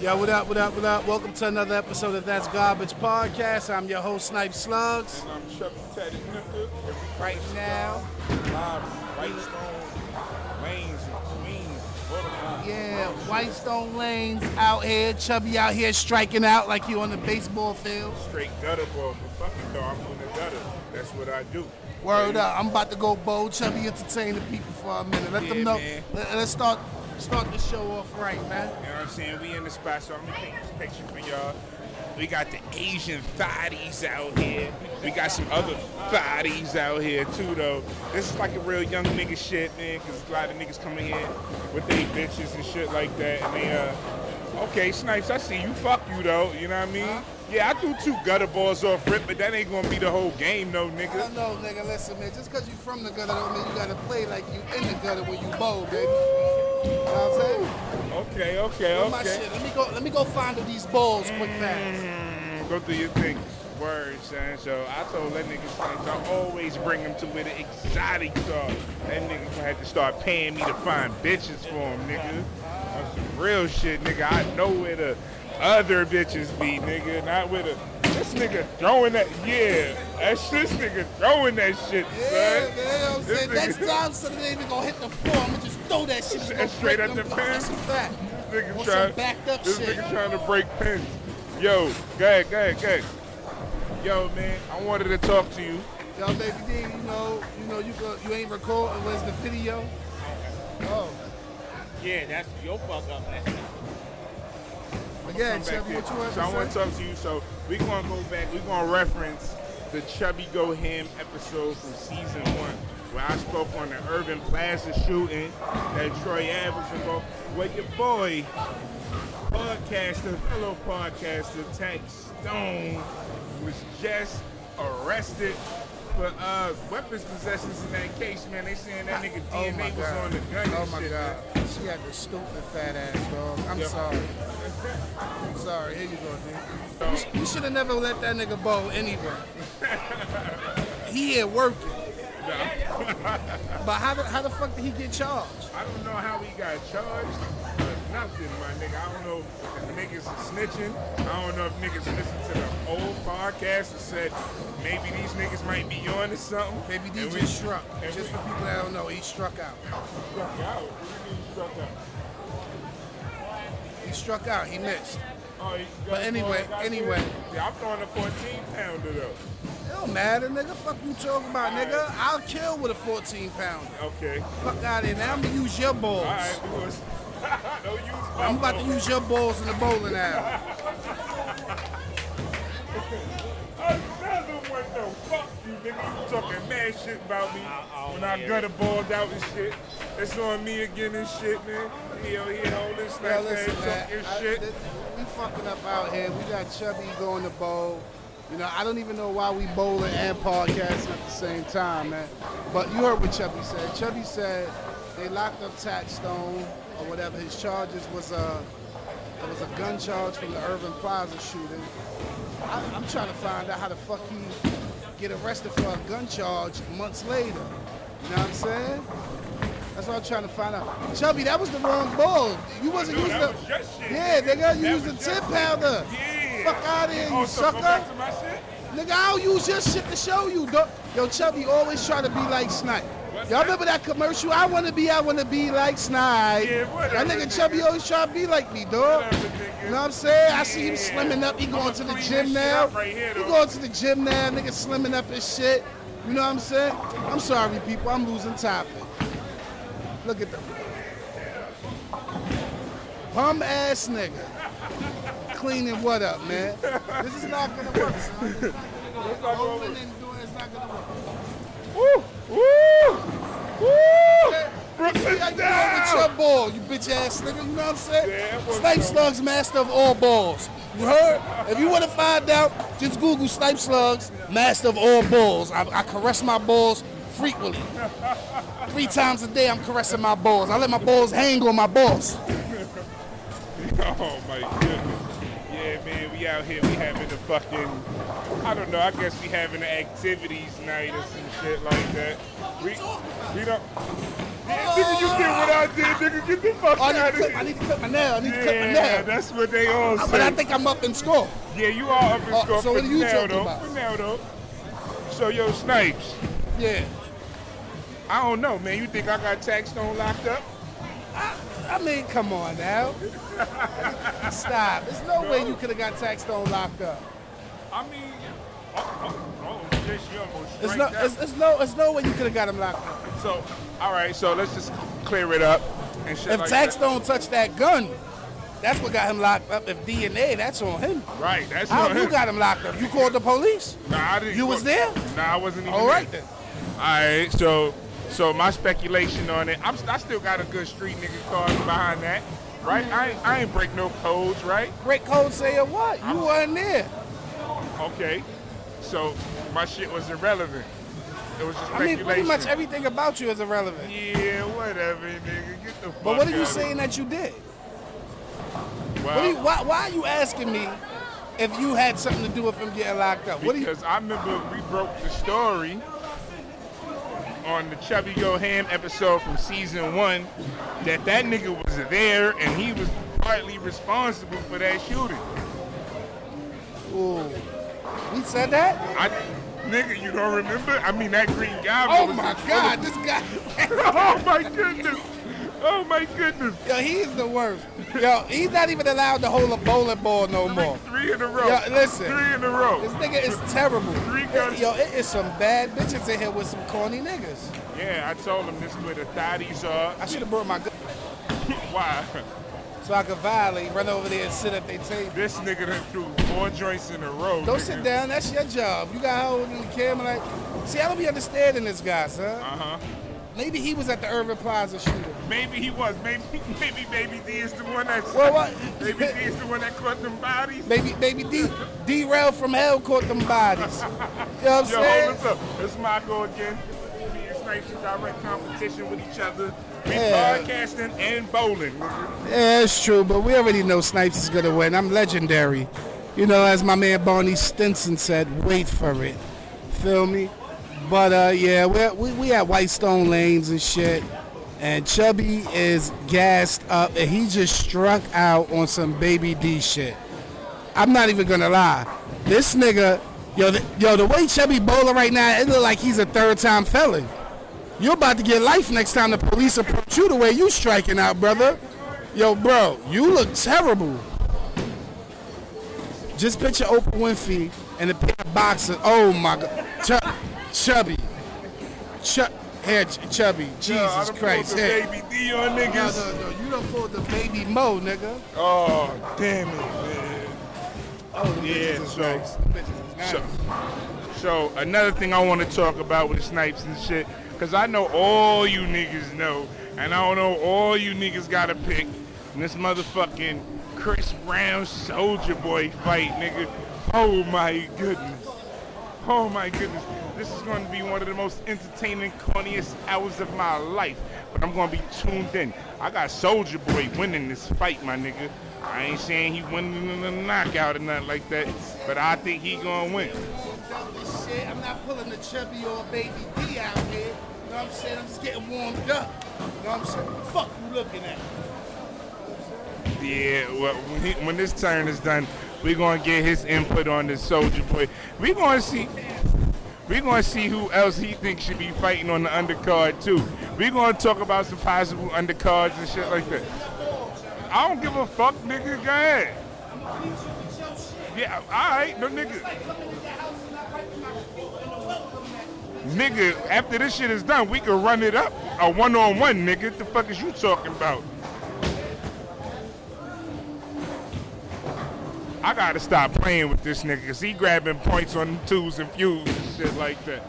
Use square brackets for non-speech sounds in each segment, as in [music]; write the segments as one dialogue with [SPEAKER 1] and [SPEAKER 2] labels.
[SPEAKER 1] Yo, what up, what up, what up? Welcome to another episode of That's Garbage Podcast. I'm your host, Snipe Slugs.
[SPEAKER 2] And I'm Um, Chubby Teddy Nooker. And we come
[SPEAKER 1] Right
[SPEAKER 2] to you
[SPEAKER 1] now,
[SPEAKER 2] Live from Whitestone, Lanes, and Queens, Baltimore.
[SPEAKER 1] yeah, Whitestone Lanes out here. Chubby out here striking out like you on the baseball field.
[SPEAKER 2] Straight gutter ball. But fucking dog, I'm from the gutter. That's what I do.
[SPEAKER 1] Word up. I'm about to go bold. Chubby entertain the people for a minute. Let them
[SPEAKER 2] Yeah,
[SPEAKER 1] know.
[SPEAKER 2] man.
[SPEAKER 1] Let, let's start start the show off right, man.
[SPEAKER 2] You know what I'm saying? We in the spot, so I'm gonna take this picture for y'all. We got the Asian thotties out here. We got some other thotties out here too, though. This is like a real young nigga shit, man, because a lot of niggas coming here with they bitches and shit like that, and they uh, okay, Snipes, I see you. Fuck you though. You know what I mean? Yeah, I threw two gutter balls off rip, but that ain't gonna be the whole game, though,
[SPEAKER 1] I
[SPEAKER 2] nigga.
[SPEAKER 1] don't know, nigga. Listen, man. Just because you from the gutter don't mean you gotta play like you in the gutter when you bold, baby. You know what I'm saying?
[SPEAKER 2] Okay, okay,
[SPEAKER 1] Where my
[SPEAKER 2] okay.
[SPEAKER 1] shit? Let me go. Let me go find these balls quick fast.
[SPEAKER 2] Mm, Go through your thing. Word, son. So I told that nigga Snipes I always bring him to where the exotics are. That nigga gonna have to start paying me to find bitches for him, nigga. That's some real shit, nigga. I know where the other bitches be, nigga. Not where the this nigga throwing that yeah. That's this nigga throwing that shit,
[SPEAKER 1] Yeah,
[SPEAKER 2] son.
[SPEAKER 1] man, you know what I'm
[SPEAKER 2] This
[SPEAKER 1] saying?
[SPEAKER 2] nigga-
[SPEAKER 1] Next time, son, they even gonna hit the floor. I'm gonna just throw that shit. It's gonna
[SPEAKER 2] Straight
[SPEAKER 1] break
[SPEAKER 2] at
[SPEAKER 1] them
[SPEAKER 2] the
[SPEAKER 1] blocks.
[SPEAKER 2] pin.
[SPEAKER 1] That's a fact.
[SPEAKER 2] This nigga
[SPEAKER 1] Want
[SPEAKER 2] trying.
[SPEAKER 1] some backed up
[SPEAKER 2] this
[SPEAKER 1] shit.
[SPEAKER 2] nigga trying to break pins. Yo, go ahead, go ahead, go ahead. Yo, man, I wanted to talk to you.
[SPEAKER 1] Yo, baby D, you know, you know, you go, you ain't recording. Where's the video? Oh,
[SPEAKER 3] Yeah, that's your fuck up. That's
[SPEAKER 1] but yeah,
[SPEAKER 2] come back
[SPEAKER 1] Chubby,
[SPEAKER 2] here.
[SPEAKER 1] what you want
[SPEAKER 2] So I want
[SPEAKER 1] to
[SPEAKER 2] to
[SPEAKER 1] say?
[SPEAKER 2] talk to you. So we're gonna go back. We're gonna reference the Chubby Go Ham episode from season one, where I spoke on the Urban Plaza shooting that Troy Ave was involved. With your boy, podcaster, fellow podcaster, Tech Stone, was just arrested for uh, weapons possessions in that case. Man, they saying that nigga
[SPEAKER 1] Oh
[SPEAKER 2] DNA
[SPEAKER 1] my
[SPEAKER 2] was
[SPEAKER 1] god.
[SPEAKER 2] on the gun. and
[SPEAKER 1] Oh my
[SPEAKER 2] shit,
[SPEAKER 1] god.
[SPEAKER 2] man.
[SPEAKER 1] She had the stupid fat ass dog. I'm
[SPEAKER 2] Yeah.
[SPEAKER 1] sorry. I'm sorry. Here you go, dude.
[SPEAKER 2] So,
[SPEAKER 1] You should have never let that nigga bowl anyway. he at work. but how the, how the fuck did he get charged?
[SPEAKER 2] I don't know how he got charged but nothing, my nigga. I don't know if niggas are snitching. I don't know if niggas listened to the old podcast and said maybe these niggas might be on to something.
[SPEAKER 1] Baby D
[SPEAKER 2] And we-
[SPEAKER 1] just struck.
[SPEAKER 2] and
[SPEAKER 1] Just
[SPEAKER 2] we
[SPEAKER 1] for people that don't know, he struck out.
[SPEAKER 2] struck out. What do you mean struck
[SPEAKER 1] He struck out.
[SPEAKER 2] out?
[SPEAKER 1] He missed.
[SPEAKER 2] Oh, he got
[SPEAKER 1] But anyway,
[SPEAKER 2] called out
[SPEAKER 1] anyway.
[SPEAKER 2] there? Yeah, I'm throwing a 14 pounder though.
[SPEAKER 1] It don't matter, nigga. Fuck you talking about, nigga. I'll kill with a 14 pounder.
[SPEAKER 2] Okay.
[SPEAKER 1] Fuck out of here. Now I'm gonna use your balls.
[SPEAKER 2] All right. We was, [laughs] don't use my
[SPEAKER 1] I'm about to
[SPEAKER 2] phone.
[SPEAKER 1] use your balls in the bowling alley.
[SPEAKER 2] Another one though. Fuck you, nigga. You talking mad shit about me
[SPEAKER 3] I- I
[SPEAKER 2] when
[SPEAKER 3] don't
[SPEAKER 2] I
[SPEAKER 3] hear
[SPEAKER 2] gutter balled out and shit. It's on me again and shit, man. Yo, he holding
[SPEAKER 1] Now
[SPEAKER 2] snap
[SPEAKER 1] listen, man.
[SPEAKER 2] talking
[SPEAKER 1] I-
[SPEAKER 2] shit.
[SPEAKER 1] th- we fucking up out here. We got Chubby going to bowl. You know, I don't even know why we bowling and podcasting at the same time, man. But you heard what Chubby said. Chubby said they locked up Taxstone or whatever. His charges was a it was a gun charge from the Irving Plaza shooting. I, I'm trying to find out how the fuck he get arrested for a gun charge months later. You know what I'm saying? That's what I'm trying to find out. Chubby, that was the wrong ball. You wasn't
[SPEAKER 2] No,
[SPEAKER 1] using
[SPEAKER 2] that
[SPEAKER 1] the
[SPEAKER 2] was your shit.
[SPEAKER 1] yeah, nigga, you
[SPEAKER 2] That
[SPEAKER 1] used the
[SPEAKER 2] was
[SPEAKER 1] tip
[SPEAKER 2] your-
[SPEAKER 1] powder.
[SPEAKER 2] Yeah.
[SPEAKER 1] Fuck out of here, you
[SPEAKER 2] oh, so
[SPEAKER 1] sucker.
[SPEAKER 2] Go back to my shit?
[SPEAKER 1] Nigga, I'll use your shit to show you. Don't- Yo, Chubby always try to be like Snipe.
[SPEAKER 2] What's
[SPEAKER 1] Y'all
[SPEAKER 2] that?
[SPEAKER 1] remember that commercial? I wanna be, I wanna be like Snipe.
[SPEAKER 2] Yeah, whatever,
[SPEAKER 1] that nigga
[SPEAKER 2] nigga.
[SPEAKER 1] Chubby always try to be like me, dog.
[SPEAKER 2] Whatever, nigga.
[SPEAKER 1] You know what I'm saying? I see him
[SPEAKER 2] Yeah.
[SPEAKER 1] slimming up. He
[SPEAKER 2] I'ma
[SPEAKER 1] going to the
[SPEAKER 2] clean
[SPEAKER 1] gym
[SPEAKER 2] this shit
[SPEAKER 1] now.
[SPEAKER 2] up right here,
[SPEAKER 1] he
[SPEAKER 2] though.
[SPEAKER 1] going to the gym now. Nigga slimming up his shit. You know what I'm saying? I'm sorry, people. I'm losing topic. Look at them. Bum ass nigga. Cleaning what up, man? This is not gonna work, son. [laughs] This is not
[SPEAKER 2] not gonna
[SPEAKER 1] gonna work.
[SPEAKER 2] work.
[SPEAKER 1] and doing it's not gonna work.
[SPEAKER 2] Woo! Woo! Woo! Brooklyn
[SPEAKER 1] How you doing with your
[SPEAKER 2] down!
[SPEAKER 1] ball, you bitch ass nigga? You know what I'm
[SPEAKER 2] Yeah,
[SPEAKER 1] saying?
[SPEAKER 2] that was
[SPEAKER 1] Snipe
[SPEAKER 2] dope.
[SPEAKER 1] Slugs, master of all balls. You heard? If you want to find out, just Google Snipe Slugs, master of all balls. I, I caress my balls frequently. Three times a day, I'm caressing my balls. I let my balls hang on my balls.
[SPEAKER 2] [laughs] Oh my goodness. Yeah, man, we out here. We having the fucking. I don't know. I guess we having an activities night or some shit like that. We we don't.
[SPEAKER 1] Hold
[SPEAKER 2] Nigga, you get what I did, nigga. Get the fuck
[SPEAKER 1] Oh, I,
[SPEAKER 2] out
[SPEAKER 1] need
[SPEAKER 2] of
[SPEAKER 1] to clip,
[SPEAKER 2] here.
[SPEAKER 1] I need to clip my nail. I need to clip my
[SPEAKER 2] yeah,
[SPEAKER 1] nail.
[SPEAKER 2] that's what they all say.
[SPEAKER 1] but I think I'm up in score.
[SPEAKER 2] yeah, you all up in
[SPEAKER 1] Uh, so
[SPEAKER 2] score for
[SPEAKER 1] what are you
[SPEAKER 2] now,
[SPEAKER 1] talking
[SPEAKER 2] though.
[SPEAKER 1] about?
[SPEAKER 2] For now, though. So, yo, Snipes,
[SPEAKER 1] Yeah.
[SPEAKER 2] I don't know, man. You think I got Taxstone locked up?
[SPEAKER 1] I mean, come on
[SPEAKER 2] [laughs]
[SPEAKER 1] now. Stop. There's no way you could have got Taxstone locked up.
[SPEAKER 2] I mean, oh, oh, oh shit, she almost
[SPEAKER 1] There's
[SPEAKER 2] straight
[SPEAKER 1] no,
[SPEAKER 2] up.
[SPEAKER 1] there's, there's no, there's no way you could have got him locked up.
[SPEAKER 2] So, all right, so let's just clear it up and shit
[SPEAKER 1] If
[SPEAKER 2] like that.
[SPEAKER 1] Taxstone touched that gun, that's what got him locked up. If DNA, that's on him.
[SPEAKER 2] Right, that's
[SPEAKER 1] How
[SPEAKER 2] on
[SPEAKER 1] you
[SPEAKER 2] him.
[SPEAKER 1] got him locked up? You called the police?
[SPEAKER 2] [laughs] Nah, I didn't.
[SPEAKER 1] You was there?
[SPEAKER 2] Nah, I wasn't even.
[SPEAKER 1] All right
[SPEAKER 2] there.
[SPEAKER 1] then.
[SPEAKER 2] All right, so so my speculation on it, I'm, I still got a good street nigga card behind that, right?
[SPEAKER 1] Mm-hmm.
[SPEAKER 2] I ain't, I ain't break no codes, right?
[SPEAKER 1] Break code say or what? You weren't there.
[SPEAKER 2] Okay, so my shit was irrelevant. It was just
[SPEAKER 1] I mean,
[SPEAKER 2] speculation.
[SPEAKER 1] pretty much everything about you is irrelevant.
[SPEAKER 2] Yeah, whatever, nigga. Get the fuck
[SPEAKER 1] But what are
[SPEAKER 2] out
[SPEAKER 1] you
[SPEAKER 2] of
[SPEAKER 1] saying that you did?
[SPEAKER 2] here.
[SPEAKER 1] What
[SPEAKER 2] Well,
[SPEAKER 1] are you, why, why are you asking me if you had something to do with him getting locked up? What are you?
[SPEAKER 2] Because I remember we broke the story on the Chubby Go Ham episode from season one that that nigga was there and he was partly responsible for that shooting.
[SPEAKER 1] Ooh. We said that?
[SPEAKER 2] I, nigga, you don't remember? I mean, that Green Goblin.
[SPEAKER 1] Oh
[SPEAKER 2] was
[SPEAKER 1] my
[SPEAKER 2] the-
[SPEAKER 1] God, this guy.
[SPEAKER 2] [laughs] oh my goodness! Oh my goodness!
[SPEAKER 1] Yo, he's the worst. Yo, he's not even allowed to hold a bowling ball no more.
[SPEAKER 2] Three in a row.
[SPEAKER 1] Yo, listen.
[SPEAKER 2] Three in a row.
[SPEAKER 1] This nigga is terrible.
[SPEAKER 2] Three guns.
[SPEAKER 1] Yo, it is some bad bitches in here with some corny niggas.
[SPEAKER 2] Yeah, I told him this where the thotties are. [laughs]
[SPEAKER 1] I should have brought my gun
[SPEAKER 2] Why?
[SPEAKER 1] so I could violate, run over there and sit at their table.
[SPEAKER 2] This nigga done threw four joints in a row.
[SPEAKER 1] Don't
[SPEAKER 2] nigga.
[SPEAKER 1] sit down. That's your job. You got hold of the camera. Like, see, I don't be understanding this guy,
[SPEAKER 2] Uh
[SPEAKER 1] son.
[SPEAKER 2] huh.
[SPEAKER 1] Maybe he was at the Irving Plaza shooting.
[SPEAKER 2] Maybe he was. Maybe [laughs] maybe Baby D is the one that.
[SPEAKER 1] Well, what?
[SPEAKER 2] [laughs] Baby D is the one that caught them
[SPEAKER 1] [laughs]
[SPEAKER 2] bodies.
[SPEAKER 1] Maybe, maybe D, D. Rail from hell caught them bodies. You know what I'm
[SPEAKER 2] Yo,
[SPEAKER 1] saying?
[SPEAKER 2] hold us up. It's Marco again. Me and Snipes in direct competition with each other. We
[SPEAKER 1] Yeah.
[SPEAKER 2] podcasting and bowling. nigga.
[SPEAKER 1] Yeah, it's true, but we already know Snipes is gonna win. I'm legendary. You know, as my man Barney Stinson said, wait for it. Feel me? But uh, yeah, we're, we we at White Stone Lanes and shit, and Chubby is gassed up, and he just struck out on some Baby D shit. I'm not even gonna lie, this nigga, yo, the, yo, the way Chubby bowling right now, it look like he's a third time felon. You're about to get life next time the police approach you the way you striking out, brother. Yo, bro, you look terrible. Just picture Oprah Winfrey and a pair of boxers. Oh my God, Chub, chubby, Chub, hair ch- chubby.
[SPEAKER 2] Yo, I
[SPEAKER 1] Jesus
[SPEAKER 2] done
[SPEAKER 1] Christ,
[SPEAKER 2] pulled the
[SPEAKER 1] hair.
[SPEAKER 2] Baby D on
[SPEAKER 1] No,
[SPEAKER 2] niggas.
[SPEAKER 1] no, no, you don't pull the baby mo, nigga.
[SPEAKER 2] Oh damn it, man.
[SPEAKER 1] Oh, the
[SPEAKER 2] Yeah,
[SPEAKER 1] bitches is
[SPEAKER 2] so-
[SPEAKER 1] nice. The bitches is nice.
[SPEAKER 2] So, so another thing I want to talk about with snipes and shit, because I know all you niggas know, and I don't know all you niggas got to pick. And this motherfucking Chris Brown Soldier Boy fight, nigga. Oh my goodness. Oh my goodness. This is going to be one of the most entertaining, corniest hours of my life. But I'm going to be tuned in. I got Soldier Boy winning this fight, my nigga. I ain't saying he winning in a knockout or nothing like that, but I think he going to win.
[SPEAKER 1] warmed up and shit. I'm not pulling the chubby or baby D out here. You know what I'm saying? I'm just getting warmed up. You know what I'm saying? Fuck you looking at.
[SPEAKER 2] Yeah, well, when, he, when this turn is done, we're going to get his input on this Soldier Boy. We're going to see. We're going to see who else he thinks should be fighting on the undercard, too. We're going to talk about some possible undercards and shit like that. I don't give a fuck, nigga. Go ahead. Yeah, all right, no nigga. Nigga, after this shit is done, we can run it up a one-on-one, nigga. What the fuck is you talking about? I gotta stop playing with this nigga, cause he grabbing points on twos and fews and shit like that.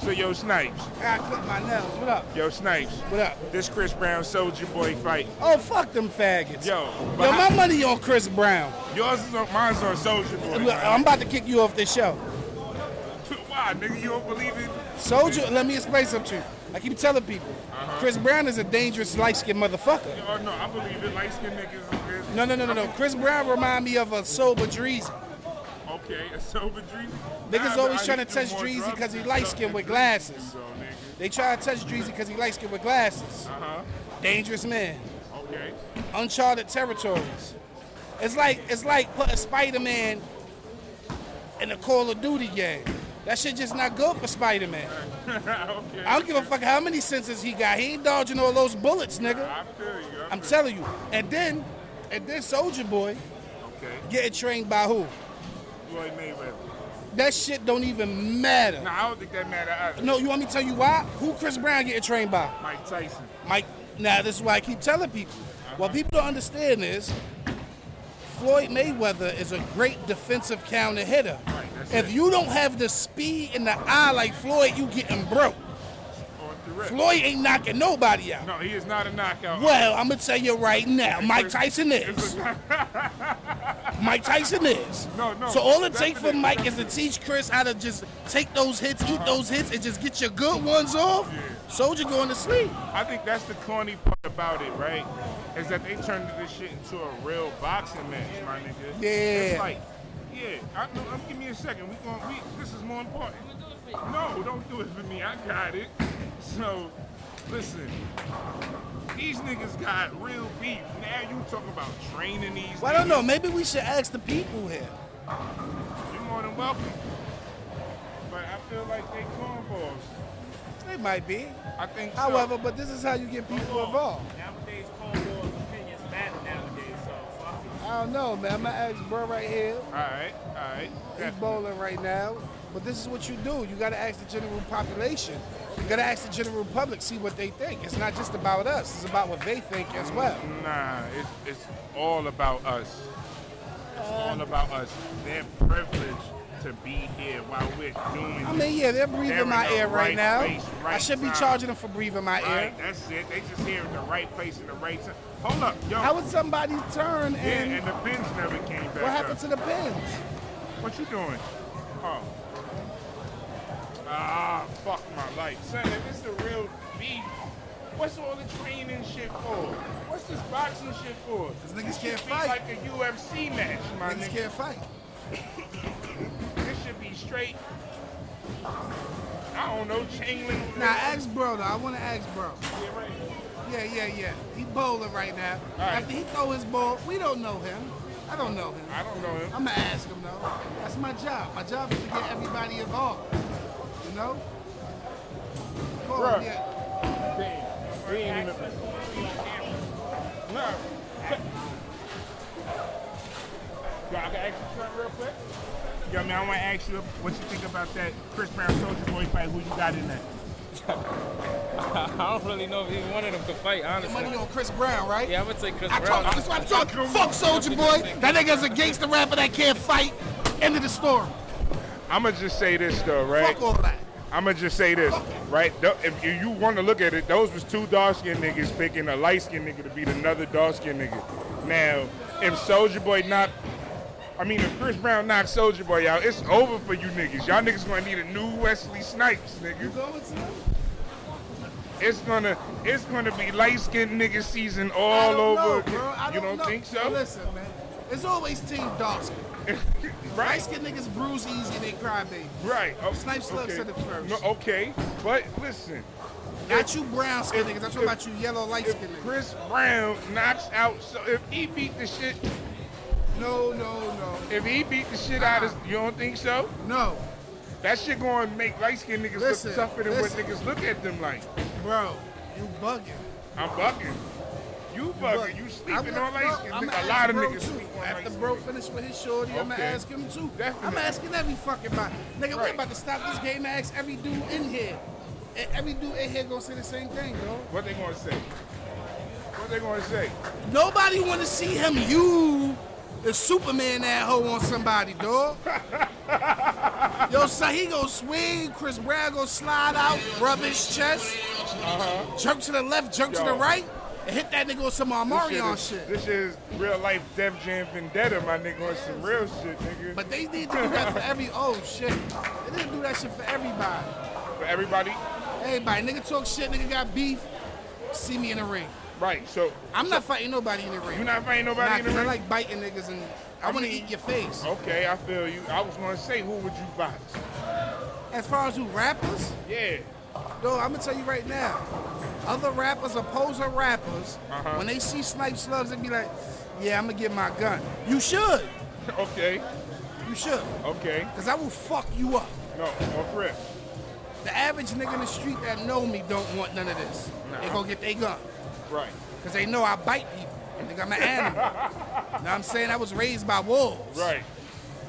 [SPEAKER 2] So yo, Snipes,
[SPEAKER 1] I gotta clip my nails. What up?
[SPEAKER 2] yo, Snipes,
[SPEAKER 1] What up?
[SPEAKER 2] this Chris Brown Soldier Boy fight,
[SPEAKER 1] Oh, fuck them faggots.
[SPEAKER 2] yo,
[SPEAKER 1] Yo,
[SPEAKER 2] but
[SPEAKER 1] my money on Chris Brown.
[SPEAKER 2] yours is on, mine's on Soldier Boy.
[SPEAKER 1] Look, I'm about to kick you off this show.
[SPEAKER 2] [laughs] Why, nigga? You don't believe it?
[SPEAKER 1] Soldier, let me explain something to you. I keep telling people,
[SPEAKER 2] Uh-huh.
[SPEAKER 1] Chris Brown is a dangerous, light-skinned motherfucker.
[SPEAKER 2] Oh no, I believe it. Light skinned niggas is good.
[SPEAKER 1] No, no, no, no, no. Chris Brown remind me of a sober Dreezy.
[SPEAKER 2] Okay, a sober Dreezy.
[SPEAKER 1] Niggas
[SPEAKER 2] Nah,
[SPEAKER 1] always
[SPEAKER 2] but I
[SPEAKER 1] tryna
[SPEAKER 2] used
[SPEAKER 1] touch
[SPEAKER 2] do more
[SPEAKER 1] Dreezy
[SPEAKER 2] drugs
[SPEAKER 1] 'cause he
[SPEAKER 2] and
[SPEAKER 1] light
[SPEAKER 2] stuff
[SPEAKER 1] skinned
[SPEAKER 2] than
[SPEAKER 1] with
[SPEAKER 2] Dreezy
[SPEAKER 1] glasses.
[SPEAKER 2] do, though, nigga.
[SPEAKER 1] They try to touch Dreezy because he likes it with glasses.
[SPEAKER 2] Uh
[SPEAKER 1] Dangerous man.
[SPEAKER 2] huh. Okay. [laughs]
[SPEAKER 1] Uncharted territories. It's like it's like putting Spider-Man in a Call of Duty game. That shit just not good for Spider-Man.
[SPEAKER 2] okay.
[SPEAKER 1] I don't give a fuck how many senses he got. He ain't dodging all those bullets, nigga.
[SPEAKER 2] I feel you. I
[SPEAKER 1] I'm
[SPEAKER 2] feel
[SPEAKER 1] telling you. And then, and then Soldier Boy
[SPEAKER 2] you. Okay.
[SPEAKER 1] getting trained by who?
[SPEAKER 2] Floyd Mayweather.
[SPEAKER 1] That shit don't even matter.
[SPEAKER 2] No, I don't think that matter either.
[SPEAKER 1] No, you want me to tell you why? Who Chris Brown getting trained by?
[SPEAKER 2] Mike Tyson.
[SPEAKER 1] Mike, now this is why I keep telling people. What people don't understand is Floyd Mayweather is a great defensive counter hitter.
[SPEAKER 2] Right, that's
[SPEAKER 1] if
[SPEAKER 2] it.
[SPEAKER 1] you don't have the speed in the eye like Floyd, you getting broke.
[SPEAKER 2] On the rip.
[SPEAKER 1] Floyd ain't knocking nobody out.
[SPEAKER 2] No, he is not a knockout.
[SPEAKER 1] Well, I'm gonna tell you right now, Mike Tyson is.
[SPEAKER 2] [laughs]
[SPEAKER 1] Mike Tyson is.
[SPEAKER 2] No, no,
[SPEAKER 1] So all it takes for
[SPEAKER 2] definitely,
[SPEAKER 1] Mike is to teach Chris how to just take those hits, eat
[SPEAKER 2] Uh-huh.
[SPEAKER 1] those hits, and just get your good ones off. Soldier going to sleep.
[SPEAKER 2] I think that's the corny part about it, right? Is that they turned this shit into a real boxing match, my nigga.
[SPEAKER 1] Yeah.
[SPEAKER 2] It's like, yeah, I, no, um, give me a second. We going we this is more important. No, don't do it for me. I got it. So, listen. These niggas got real beef. Now you talking about training these
[SPEAKER 1] Well, I don't know.
[SPEAKER 2] niggas.
[SPEAKER 1] Maybe we should ask the people here.
[SPEAKER 2] You're more than welcome. But I feel like they cornballs.
[SPEAKER 1] They might be.
[SPEAKER 2] I think so.
[SPEAKER 1] However, but this is how you get people involved.
[SPEAKER 4] Nowadays, Cold War's opinions matter nowadays, so fuck it.
[SPEAKER 1] I don't know, man. I'm gonna ask bro right here.
[SPEAKER 2] all right, all right.
[SPEAKER 1] He's
[SPEAKER 2] Definitely.
[SPEAKER 1] bowling right now. But this is what you do. You gotta ask the general population. You gotta ask the general public, see what they think. It's not just about us. It's about what they think as well.
[SPEAKER 2] Nah, it's, it's all about us. It's
[SPEAKER 1] Uh,
[SPEAKER 2] all about us. They're privileged to be here while we're doing
[SPEAKER 1] I
[SPEAKER 2] this.
[SPEAKER 1] mean, yeah, they're
[SPEAKER 2] They're
[SPEAKER 1] breathing
[SPEAKER 2] in
[SPEAKER 1] my
[SPEAKER 2] the
[SPEAKER 1] air right
[SPEAKER 2] right
[SPEAKER 1] now.
[SPEAKER 2] place,
[SPEAKER 1] I
[SPEAKER 2] right
[SPEAKER 1] should be
[SPEAKER 2] time.
[SPEAKER 1] charging them for breathing my air.
[SPEAKER 2] Right, that's it. They just here in the right place in the right time. Hold up, yo.
[SPEAKER 1] How was somebody's turn
[SPEAKER 2] yeah,
[SPEAKER 1] and
[SPEAKER 2] and the pins never came back.
[SPEAKER 1] what happened
[SPEAKER 2] up.
[SPEAKER 1] to the pins?
[SPEAKER 2] What you doing? Oh. Ah, fuck my life. Son, if it's the real beef, what's all the training shit for? What's this boxing shit for?
[SPEAKER 1] 'Cause niggas
[SPEAKER 2] This should
[SPEAKER 1] can't
[SPEAKER 2] be
[SPEAKER 1] fight.
[SPEAKER 2] like a UFC match, my
[SPEAKER 1] Niggas
[SPEAKER 2] nigga.
[SPEAKER 1] can't fight.
[SPEAKER 2] This should be straight. I don't know, chain link.
[SPEAKER 1] Now ask bro though. I wanna ask bro.
[SPEAKER 2] Yeah, right.
[SPEAKER 1] Yeah, yeah, yeah. He bowling right now.
[SPEAKER 2] right.
[SPEAKER 1] After he throw his ball, we don't know him. I don't know him.
[SPEAKER 2] I don't know him.
[SPEAKER 1] I'm gonna ask him though. That's my job. My job is to get everybody involved. You know? Cool,
[SPEAKER 2] Bruh.
[SPEAKER 1] yeah.
[SPEAKER 2] Damn. We ain't even. Nah. Yo, I can ask you something real quick. Yo, man, I want to ask you what you think about that Chris Brown Soldier Boy fight. Who you got in that?
[SPEAKER 4] [laughs] I don't really know if either one of them could fight,
[SPEAKER 1] Money
[SPEAKER 4] honestly.
[SPEAKER 1] on Chris Brown, right?
[SPEAKER 4] Yeah, I would say Chris
[SPEAKER 1] I
[SPEAKER 4] Brown.
[SPEAKER 1] talk, that's why I talk. Fuck Soldier Boy. That nigga's a gangster rapper that can't fight. End of the story.
[SPEAKER 2] I'm gonna just say this though, right?
[SPEAKER 1] Fuck all that.
[SPEAKER 2] I'm gonna just say this, right? Th- If you- you want to look at it, those was two dark skinned niggas picking a light skinned nigga to beat another dark skinned nigga. Now, if Soldier Boy not, I mean, if Chris Brown knocks Soldier Boy out, it's over for you niggas. Y'all niggas gonna need a new Wesley Snipes, nigga.
[SPEAKER 1] Going to him?
[SPEAKER 2] It's gonna, it's gonna be light skinned nigga season
[SPEAKER 1] I
[SPEAKER 2] all
[SPEAKER 1] don't
[SPEAKER 2] over.
[SPEAKER 1] know,
[SPEAKER 2] again.
[SPEAKER 1] bro. I
[SPEAKER 2] you don't
[SPEAKER 1] know.
[SPEAKER 2] think so?
[SPEAKER 1] Listen, man. It's always team dark skin. Light
[SPEAKER 2] right.
[SPEAKER 1] skin niggas bruise easy and they cry baby.
[SPEAKER 2] Right. Oh,
[SPEAKER 1] Snipes looks at it first.
[SPEAKER 2] No, okay, but listen.
[SPEAKER 1] Not you brown skin
[SPEAKER 2] if-
[SPEAKER 1] niggas. I'm talking
[SPEAKER 2] if-
[SPEAKER 1] about you yellow light
[SPEAKER 2] If
[SPEAKER 1] skin niggas.
[SPEAKER 2] Chris Brown knocks out, so if he beat the shit
[SPEAKER 1] No, no, no,
[SPEAKER 2] If he beat the shit out
[SPEAKER 1] Ah.
[SPEAKER 2] of you don't think so?
[SPEAKER 1] no,
[SPEAKER 2] That shit going to make light skinned niggas
[SPEAKER 1] Listen,
[SPEAKER 2] look tougher than
[SPEAKER 1] listen.
[SPEAKER 2] what niggas look at them like.
[SPEAKER 1] bro. You bugging.
[SPEAKER 2] I'm bucking. You
[SPEAKER 1] Bugging.
[SPEAKER 2] bucking. You sleeping
[SPEAKER 1] I'ma-
[SPEAKER 2] on light skinned
[SPEAKER 1] I'ma
[SPEAKER 2] niggas. A
[SPEAKER 1] ask
[SPEAKER 2] lot of
[SPEAKER 1] bro,
[SPEAKER 2] niggas
[SPEAKER 1] too.
[SPEAKER 2] sleep on light
[SPEAKER 1] After
[SPEAKER 2] skinned
[SPEAKER 1] bro finish with his shorty, I'ma
[SPEAKER 2] Okay.
[SPEAKER 1] ask him too. I'm
[SPEAKER 2] Definitely.
[SPEAKER 1] asking every fucking body. Nigga, we
[SPEAKER 2] Right.
[SPEAKER 1] about to stop this game. and Ask every dude in here. And every dude in here gonna say the same thing, bro.
[SPEAKER 2] What they going to say? What they going to say?
[SPEAKER 1] Nobody wanna see him. You, the Superman that hoe on somebody, dog. Yo, son, he gonna swing. Chris Brown gonna slide out, rub his chest, jerk to the left, jerk to
[SPEAKER 2] Uh-huh. Yo.
[SPEAKER 1] the right, and hit that nigga with some Armarion
[SPEAKER 2] this
[SPEAKER 1] shit.
[SPEAKER 2] is, This is real life Def Jam Vendetta, my nigga. On some real shit, nigga.
[SPEAKER 1] But they need to do that for every oh shit. They need to do that shit for everybody.
[SPEAKER 2] For everybody.
[SPEAKER 1] Everybody, nigga talk shit, nigga got beef. See me in the ring.
[SPEAKER 2] Right. So
[SPEAKER 1] I'm not fighting nobody in the ring.
[SPEAKER 2] you not fighting nobody
[SPEAKER 1] Nah,
[SPEAKER 2] in the
[SPEAKER 1] 'cause
[SPEAKER 2] ring?
[SPEAKER 1] I like biting niggas and I,
[SPEAKER 2] I
[SPEAKER 1] want to
[SPEAKER 2] mean-
[SPEAKER 1] eat your face.
[SPEAKER 2] okay, I feel you. I was going to say, who would you box?
[SPEAKER 1] As far as who rappers,
[SPEAKER 2] Yeah. [laughs]
[SPEAKER 1] No, I'm gonna tell you right now. Other rappers, opposer rappers,
[SPEAKER 2] Uh-huh.
[SPEAKER 1] when they see Snipe Slugs, they be like, "Yeah, I'm gonna get my gun." You should.
[SPEAKER 2] Okay,
[SPEAKER 1] You should.
[SPEAKER 2] okay.
[SPEAKER 1] Cause I will fuck you up.
[SPEAKER 2] No, off rip.
[SPEAKER 1] The average nigga in the street that know me don't want none of this. They
[SPEAKER 2] Nah.
[SPEAKER 1] go get their gun.
[SPEAKER 2] Right.
[SPEAKER 1] Cause they know I bite people. Nigga, I'm an
[SPEAKER 2] [laughs]
[SPEAKER 1] animal. know what I'm saying? I was raised by wolves.
[SPEAKER 2] Right.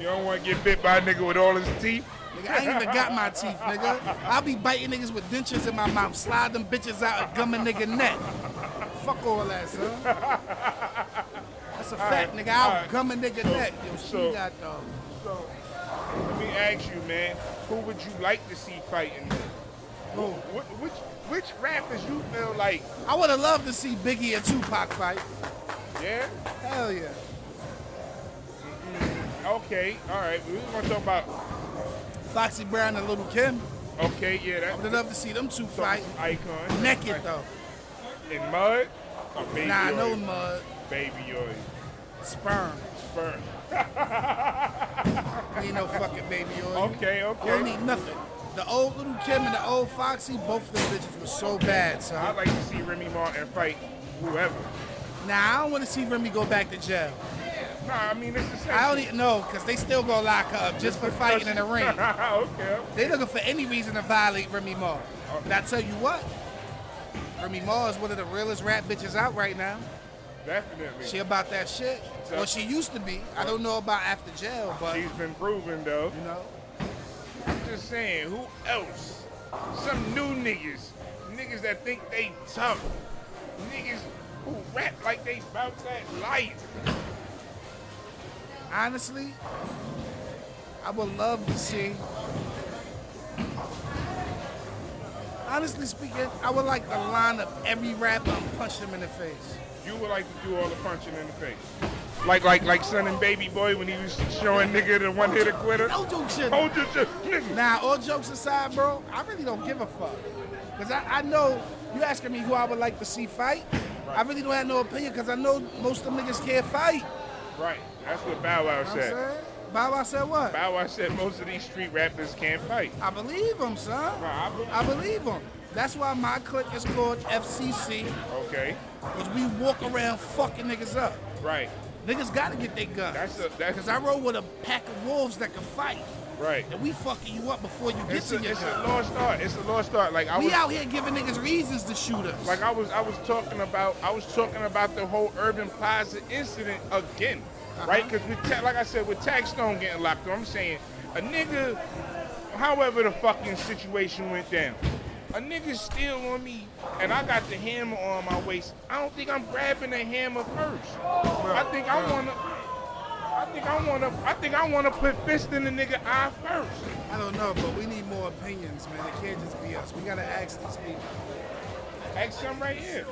[SPEAKER 2] You don't want to get bit by a nigga with all his teeth.
[SPEAKER 1] Nigga, I ain't even got my teeth, nigga. I'll be biting niggas with dentures in my mouth, slide them bitches out and gum a nigga neck. Fuck all that, son. That's a fact, nigga. I'll
[SPEAKER 2] alright.
[SPEAKER 1] gum a nigga
[SPEAKER 2] So-
[SPEAKER 1] neck. Yo, she
[SPEAKER 2] so-
[SPEAKER 1] got though.
[SPEAKER 2] So, let me ask you, man, who would you like to see fighting? this?
[SPEAKER 1] Who?
[SPEAKER 2] Which, which which rappers you feel like?
[SPEAKER 1] I would have loved to see Biggie and Tupac fight.
[SPEAKER 2] Yeah.
[SPEAKER 1] Hell yeah.
[SPEAKER 2] Okay. All right. We want to talk about.
[SPEAKER 1] Foxy Brown and Little Kim.
[SPEAKER 2] Okay. Yeah.
[SPEAKER 1] I
[SPEAKER 2] That,
[SPEAKER 1] would have loved to see them two fight.
[SPEAKER 2] Icon.
[SPEAKER 1] Naked though.
[SPEAKER 2] In mud. Or baby
[SPEAKER 1] Nah, no
[SPEAKER 2] oil?
[SPEAKER 1] mud.
[SPEAKER 2] Baby oil.
[SPEAKER 1] Sperm.
[SPEAKER 2] Sperm.
[SPEAKER 1] Ain't no fucking baby oil.
[SPEAKER 2] Okay.
[SPEAKER 1] You don't
[SPEAKER 2] Okay.
[SPEAKER 1] need nothing. The old Little Kim and the old Foxy, both of them bitches was so bad, son.
[SPEAKER 2] I'd like to see Remy Ma and fight whoever.
[SPEAKER 1] Nah, I don't want to see Remy go back to jail.
[SPEAKER 2] Nah, I mean it's the same.
[SPEAKER 1] I don't even know, because they still gonna lock her up just for fighting in the ring.
[SPEAKER 2] [laughs] okay.
[SPEAKER 1] They looking for any reason to violate Remy Ma. And I tell you what, Remy Ma is one of the realest rap bitches out right now.
[SPEAKER 2] Definitely.
[SPEAKER 1] She about that shit. Well, she used to be. I don't know about after jail, but you
[SPEAKER 2] She's been proven though.
[SPEAKER 1] know.
[SPEAKER 2] I'm just saying, who else? Some new niggas. Niggas that think they tough. Niggas who rap like they bout that life.
[SPEAKER 1] Honestly, I would love to see. Honestly speaking, I would like to line up every rapper and punch them in the face.
[SPEAKER 2] You would like to do all the punching in the face. Like like like son and baby boy when he was showing nigga the one hitter quitter.
[SPEAKER 1] No joke shit.
[SPEAKER 2] Hold your shit, nigga.
[SPEAKER 1] Now, all jokes aside, bro, I really don't give a fuck. Because I, I know you asking me who I would like to see fight. I really don't have no opinion because I know most of them niggas can't fight.
[SPEAKER 2] Right. That's what Bow Wow
[SPEAKER 1] You know what I'm
[SPEAKER 2] said.
[SPEAKER 1] saying? Bob, I said what?
[SPEAKER 2] Bow Wow said most of these street rappers can't fight.
[SPEAKER 1] I believe him, son.
[SPEAKER 2] Nah, I believe-
[SPEAKER 1] I believe him. That's why my clique is called FCC
[SPEAKER 2] Okay.
[SPEAKER 1] because we walk around fucking niggas up.
[SPEAKER 2] Right.
[SPEAKER 1] Niggas gotta get their guns.
[SPEAKER 2] That's a- that's-
[SPEAKER 1] Cause I rode with a pack of wolves that can fight,
[SPEAKER 2] Right.
[SPEAKER 1] and we fucking you up before you get
[SPEAKER 2] It's
[SPEAKER 1] to
[SPEAKER 2] a,
[SPEAKER 1] your
[SPEAKER 2] it's a
[SPEAKER 1] gun.
[SPEAKER 2] lost art. It's a lost art. Like I
[SPEAKER 1] we
[SPEAKER 2] was
[SPEAKER 1] out here giving niggas reasons to shoot us.
[SPEAKER 2] Like I was, I was talking about, I was talking about the whole Urban Plaza incident again, right? Because we, ta- like I said, with Tax Stone getting locked up, I'm saying a nigga, however the fucking situation went down, a nigga still on me, and I got the hammer on my waist. I don't think I'm grabbing the hammer first. I think I wanna. I think I wanna, I think I wanna put fist in the nigga eye first.
[SPEAKER 1] I don't know, but we need more opinions, man. It can't just be us. We gotta ask these people.
[SPEAKER 2] Ask him right here.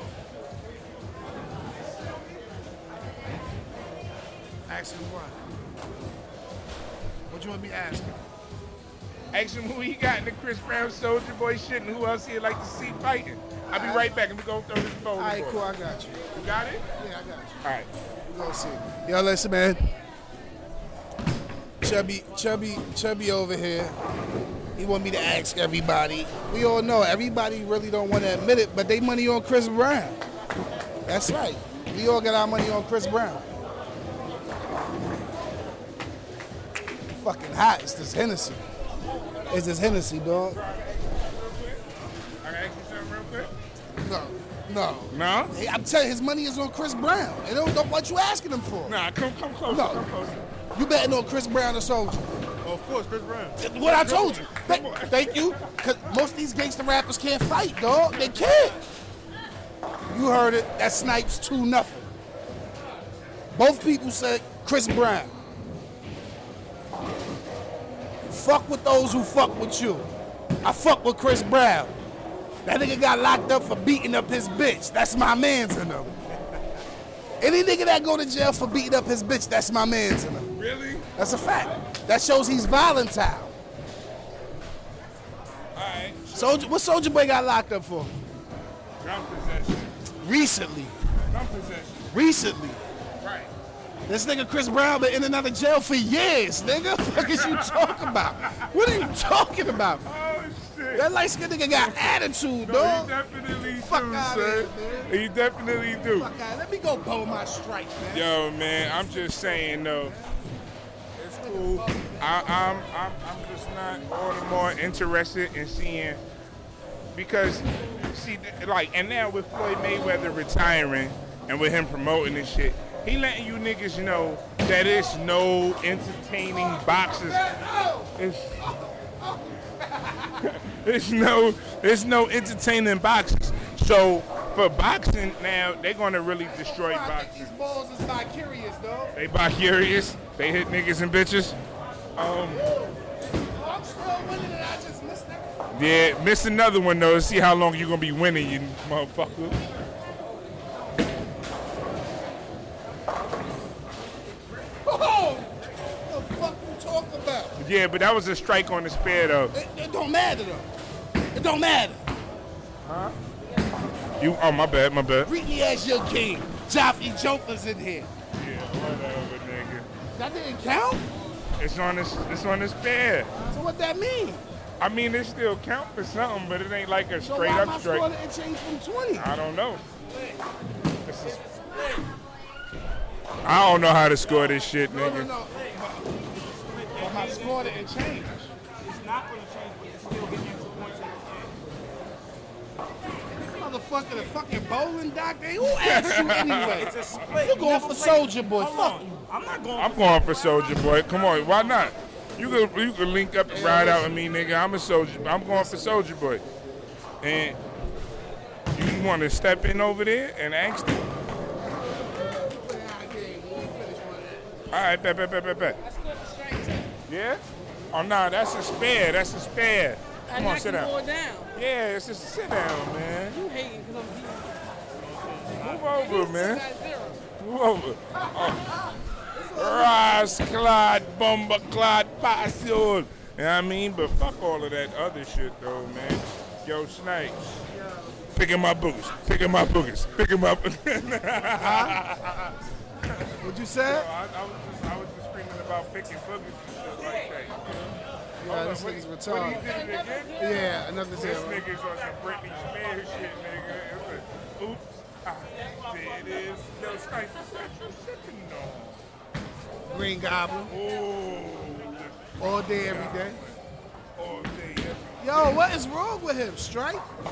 [SPEAKER 1] Ask them what? What you want me asking?
[SPEAKER 2] Ask him who he got in the Chris Brown Soldier Boy shit and who else he'd like to see fighting. I'll be right back. Let me go throw this phone.
[SPEAKER 1] All right, cool. I got you.
[SPEAKER 2] You got it?
[SPEAKER 1] Yeah, I got you.
[SPEAKER 2] All right.
[SPEAKER 1] We gonna see. Yo, listen, man. Chubby, chubby, chubby over here. He want me to ask everybody. We all know everybody really don't want to admit it, but they money on Chris Brown. That's right. We all got our money on Chris Brown. Fucking hot. It's this Hennessy. It's this Hennessy, dog.
[SPEAKER 2] I gotta ask you something real quick.
[SPEAKER 1] No, no.
[SPEAKER 2] No?
[SPEAKER 1] Hey, I'm telling you, his money is on Chris Brown. It don't, don't what you asking him for.
[SPEAKER 2] Nah, come come closer.
[SPEAKER 1] No.
[SPEAKER 2] Come closer.
[SPEAKER 1] You betting on Chris Brown or Soldier?
[SPEAKER 2] Oh, of course, Chris Brown.
[SPEAKER 1] What I told you. Th- thank you. Cause most of these gangster rappers can't fight, dog. They can't. You heard it. That snipes two nothing. Both people said Chris Brown. Fuck with those who fuck with you. I fuck with Chris Brown. That nigga got locked up for beating up his bitch. That's my man's in them. [laughs] Any nigga that go to jail for beating up his bitch, that's my man's in them.
[SPEAKER 2] Really?
[SPEAKER 1] That's a fact. That shows he's volatile.
[SPEAKER 2] All right.
[SPEAKER 1] Soldier, what Soldier Boy got locked up for?
[SPEAKER 2] Gun possession.
[SPEAKER 1] Recently,
[SPEAKER 2] Gun possession.
[SPEAKER 1] recently.
[SPEAKER 2] Right.
[SPEAKER 1] This nigga Chris Brown been in and out of jail
[SPEAKER 4] [laughs]
[SPEAKER 1] for years, nigga. What is you talking about? What are you talking about?
[SPEAKER 2] Oh shit.
[SPEAKER 4] That light skinned nigga got attitude,
[SPEAKER 2] No, he
[SPEAKER 4] dog.
[SPEAKER 2] definitely
[SPEAKER 4] Fuck
[SPEAKER 2] do,
[SPEAKER 4] outta
[SPEAKER 2] sir.
[SPEAKER 4] here,
[SPEAKER 2] He definitely do.
[SPEAKER 4] Fuck out. Let me go bow my stripe, man.
[SPEAKER 2] Yo, man, I'm just saying though. It's cool. I, I'm, I'm, I'm just not all the more interested in seeing because, see, th- like, and now with Floyd Mayweather retiring and with him promoting this shit, he letting you niggas know that it's no entertaining boxes. It's, [laughs] it's no, it's no entertaining boxes. So for boxing now, they're gonna really destroy
[SPEAKER 4] Bro, I think
[SPEAKER 2] boxing.
[SPEAKER 4] these balls is vicarious, dog.
[SPEAKER 2] They buy curious. They hit niggas and bitches. Um,
[SPEAKER 4] I'm still winning and I just missed that.
[SPEAKER 2] yeah, miss another one though. See how long you gonna be winning, you motherfucker.
[SPEAKER 4] Oh, what the fuck you talking about?
[SPEAKER 2] Yeah, but that was a strike on the spare though.
[SPEAKER 4] It, it don't matter though. It don't matter.
[SPEAKER 2] You, oh my bad, my bad.
[SPEAKER 4] Greet me as your king. Joffy Jofa's in here.
[SPEAKER 2] Yeah, whatever,
[SPEAKER 4] That didn't count?
[SPEAKER 2] nigga. It's on this. It's on the spare.
[SPEAKER 4] So what that mean?
[SPEAKER 2] I mean, it still count for something, but it ain't like a
[SPEAKER 4] So
[SPEAKER 2] straight
[SPEAKER 4] why
[SPEAKER 2] up
[SPEAKER 4] my
[SPEAKER 2] strike.
[SPEAKER 4] score didn't change from 20?
[SPEAKER 2] I don't know. It's a, I don't know how to score this shit,
[SPEAKER 4] No, no,
[SPEAKER 2] nigga.
[SPEAKER 4] no. But my score didn't change.
[SPEAKER 3] It's not going to change, but you're still getting two points at the end.
[SPEAKER 4] Motherfucker, the fucking bowling doctor. Who asked
[SPEAKER 3] [laughs]
[SPEAKER 4] you anyway?
[SPEAKER 3] It's a split.
[SPEAKER 4] You going
[SPEAKER 3] never
[SPEAKER 4] for
[SPEAKER 3] played-
[SPEAKER 4] Soldier Boy.
[SPEAKER 3] Hold
[SPEAKER 4] Fuck
[SPEAKER 3] on.
[SPEAKER 4] you.
[SPEAKER 3] I'm not going.
[SPEAKER 2] I'm going for Soldier Boy. Come on, why not? You could you could link up and ride out with me, nigga. I'm a soldier. I'm going for Soldier Boy. And you want to step in over there and ask them? All right, bet, bet, bet, bet, bet. Yeah? Oh no, that's a spare. That's a spare.
[SPEAKER 5] I
[SPEAKER 2] Come on,
[SPEAKER 5] knocked
[SPEAKER 2] sit
[SPEAKER 5] you more
[SPEAKER 2] down.
[SPEAKER 5] down.
[SPEAKER 2] Yeah, it's just sit down, man.
[SPEAKER 5] You hating because I'm beating
[SPEAKER 2] Move over, man.
[SPEAKER 5] you at zero.
[SPEAKER 2] Move over. Oh. Rise, Clyde, Bomba, Clyde, Passion. You know what I mean? But fuck all of that other shit, though, man. Yo, Snipes. Picking my boots. Picking my boots. Picking my boots. [laughs]
[SPEAKER 4] What you say?
[SPEAKER 2] I, I was just, I was just screaming about picking boots and shit like that.
[SPEAKER 1] Yeah, this
[SPEAKER 2] What-
[SPEAKER 1] nigga's
[SPEAKER 2] What he
[SPEAKER 1] retarded.
[SPEAKER 2] did it again?
[SPEAKER 1] Yeah, another
[SPEAKER 2] This
[SPEAKER 1] zero.
[SPEAKER 2] nigga's on some Britney Spears shit, nigga. It's a, oops, ah, there it is. Yo, Snipes, is that your chicken dog?
[SPEAKER 1] Green Goblin
[SPEAKER 2] Oh,
[SPEAKER 1] all day, every day.
[SPEAKER 2] all day, every
[SPEAKER 4] Yo, what is wrong with him, Strike?
[SPEAKER 3] Oh,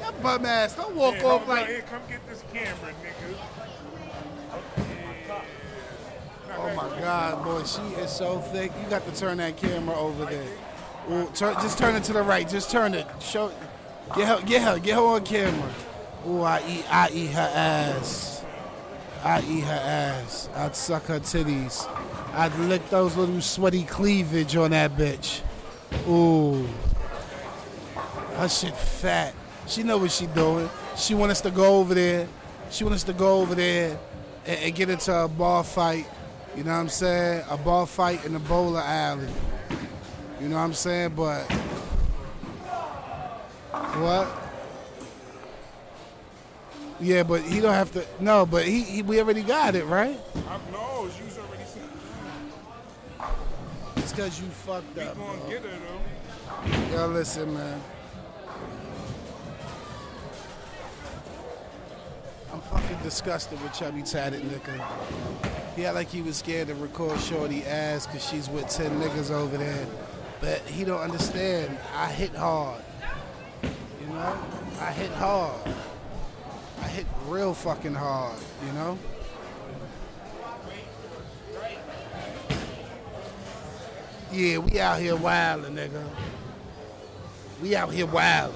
[SPEAKER 4] That bum ass, don't walk
[SPEAKER 2] Yeah,
[SPEAKER 4] off
[SPEAKER 2] hold on,
[SPEAKER 4] like
[SPEAKER 2] here, come get this camera, nigga.
[SPEAKER 1] Oh my God, boy, she is so thick. You got to turn that camera over there. Ooh, turn, just turn it to the right. Just turn it. Show. Get her. Get her. Get her on camera. Ooh, I eat. I eat her ass. I eat her ass. I'd suck her titties. I'd lick those little sweaty cleavage on that bitch. Ooh, her shit fat. She know what she doing. She want us to go over there. She want us to go over there and, and get into a ball fight. You know what I'm saying? A ball fight in the bowler alley. You know what I'm saying? But what? Yeah, but he don't have to. No, but he, he we already got it right.
[SPEAKER 2] I'm no, you's already seen.
[SPEAKER 1] It's cause you fucked
[SPEAKER 2] You
[SPEAKER 1] up.
[SPEAKER 2] gonna get her though.
[SPEAKER 1] Yo, listen, man. I'm fucking disgusted with Chubby Tatted nigga. He act like he was scared to record Shorty ass because she's with 10 niggas over there. But he don't understand. I hit hard. You know? I hit hard. I hit real fucking hard, you know? Yeah, we out here wildin', nigga. We out here wildin'.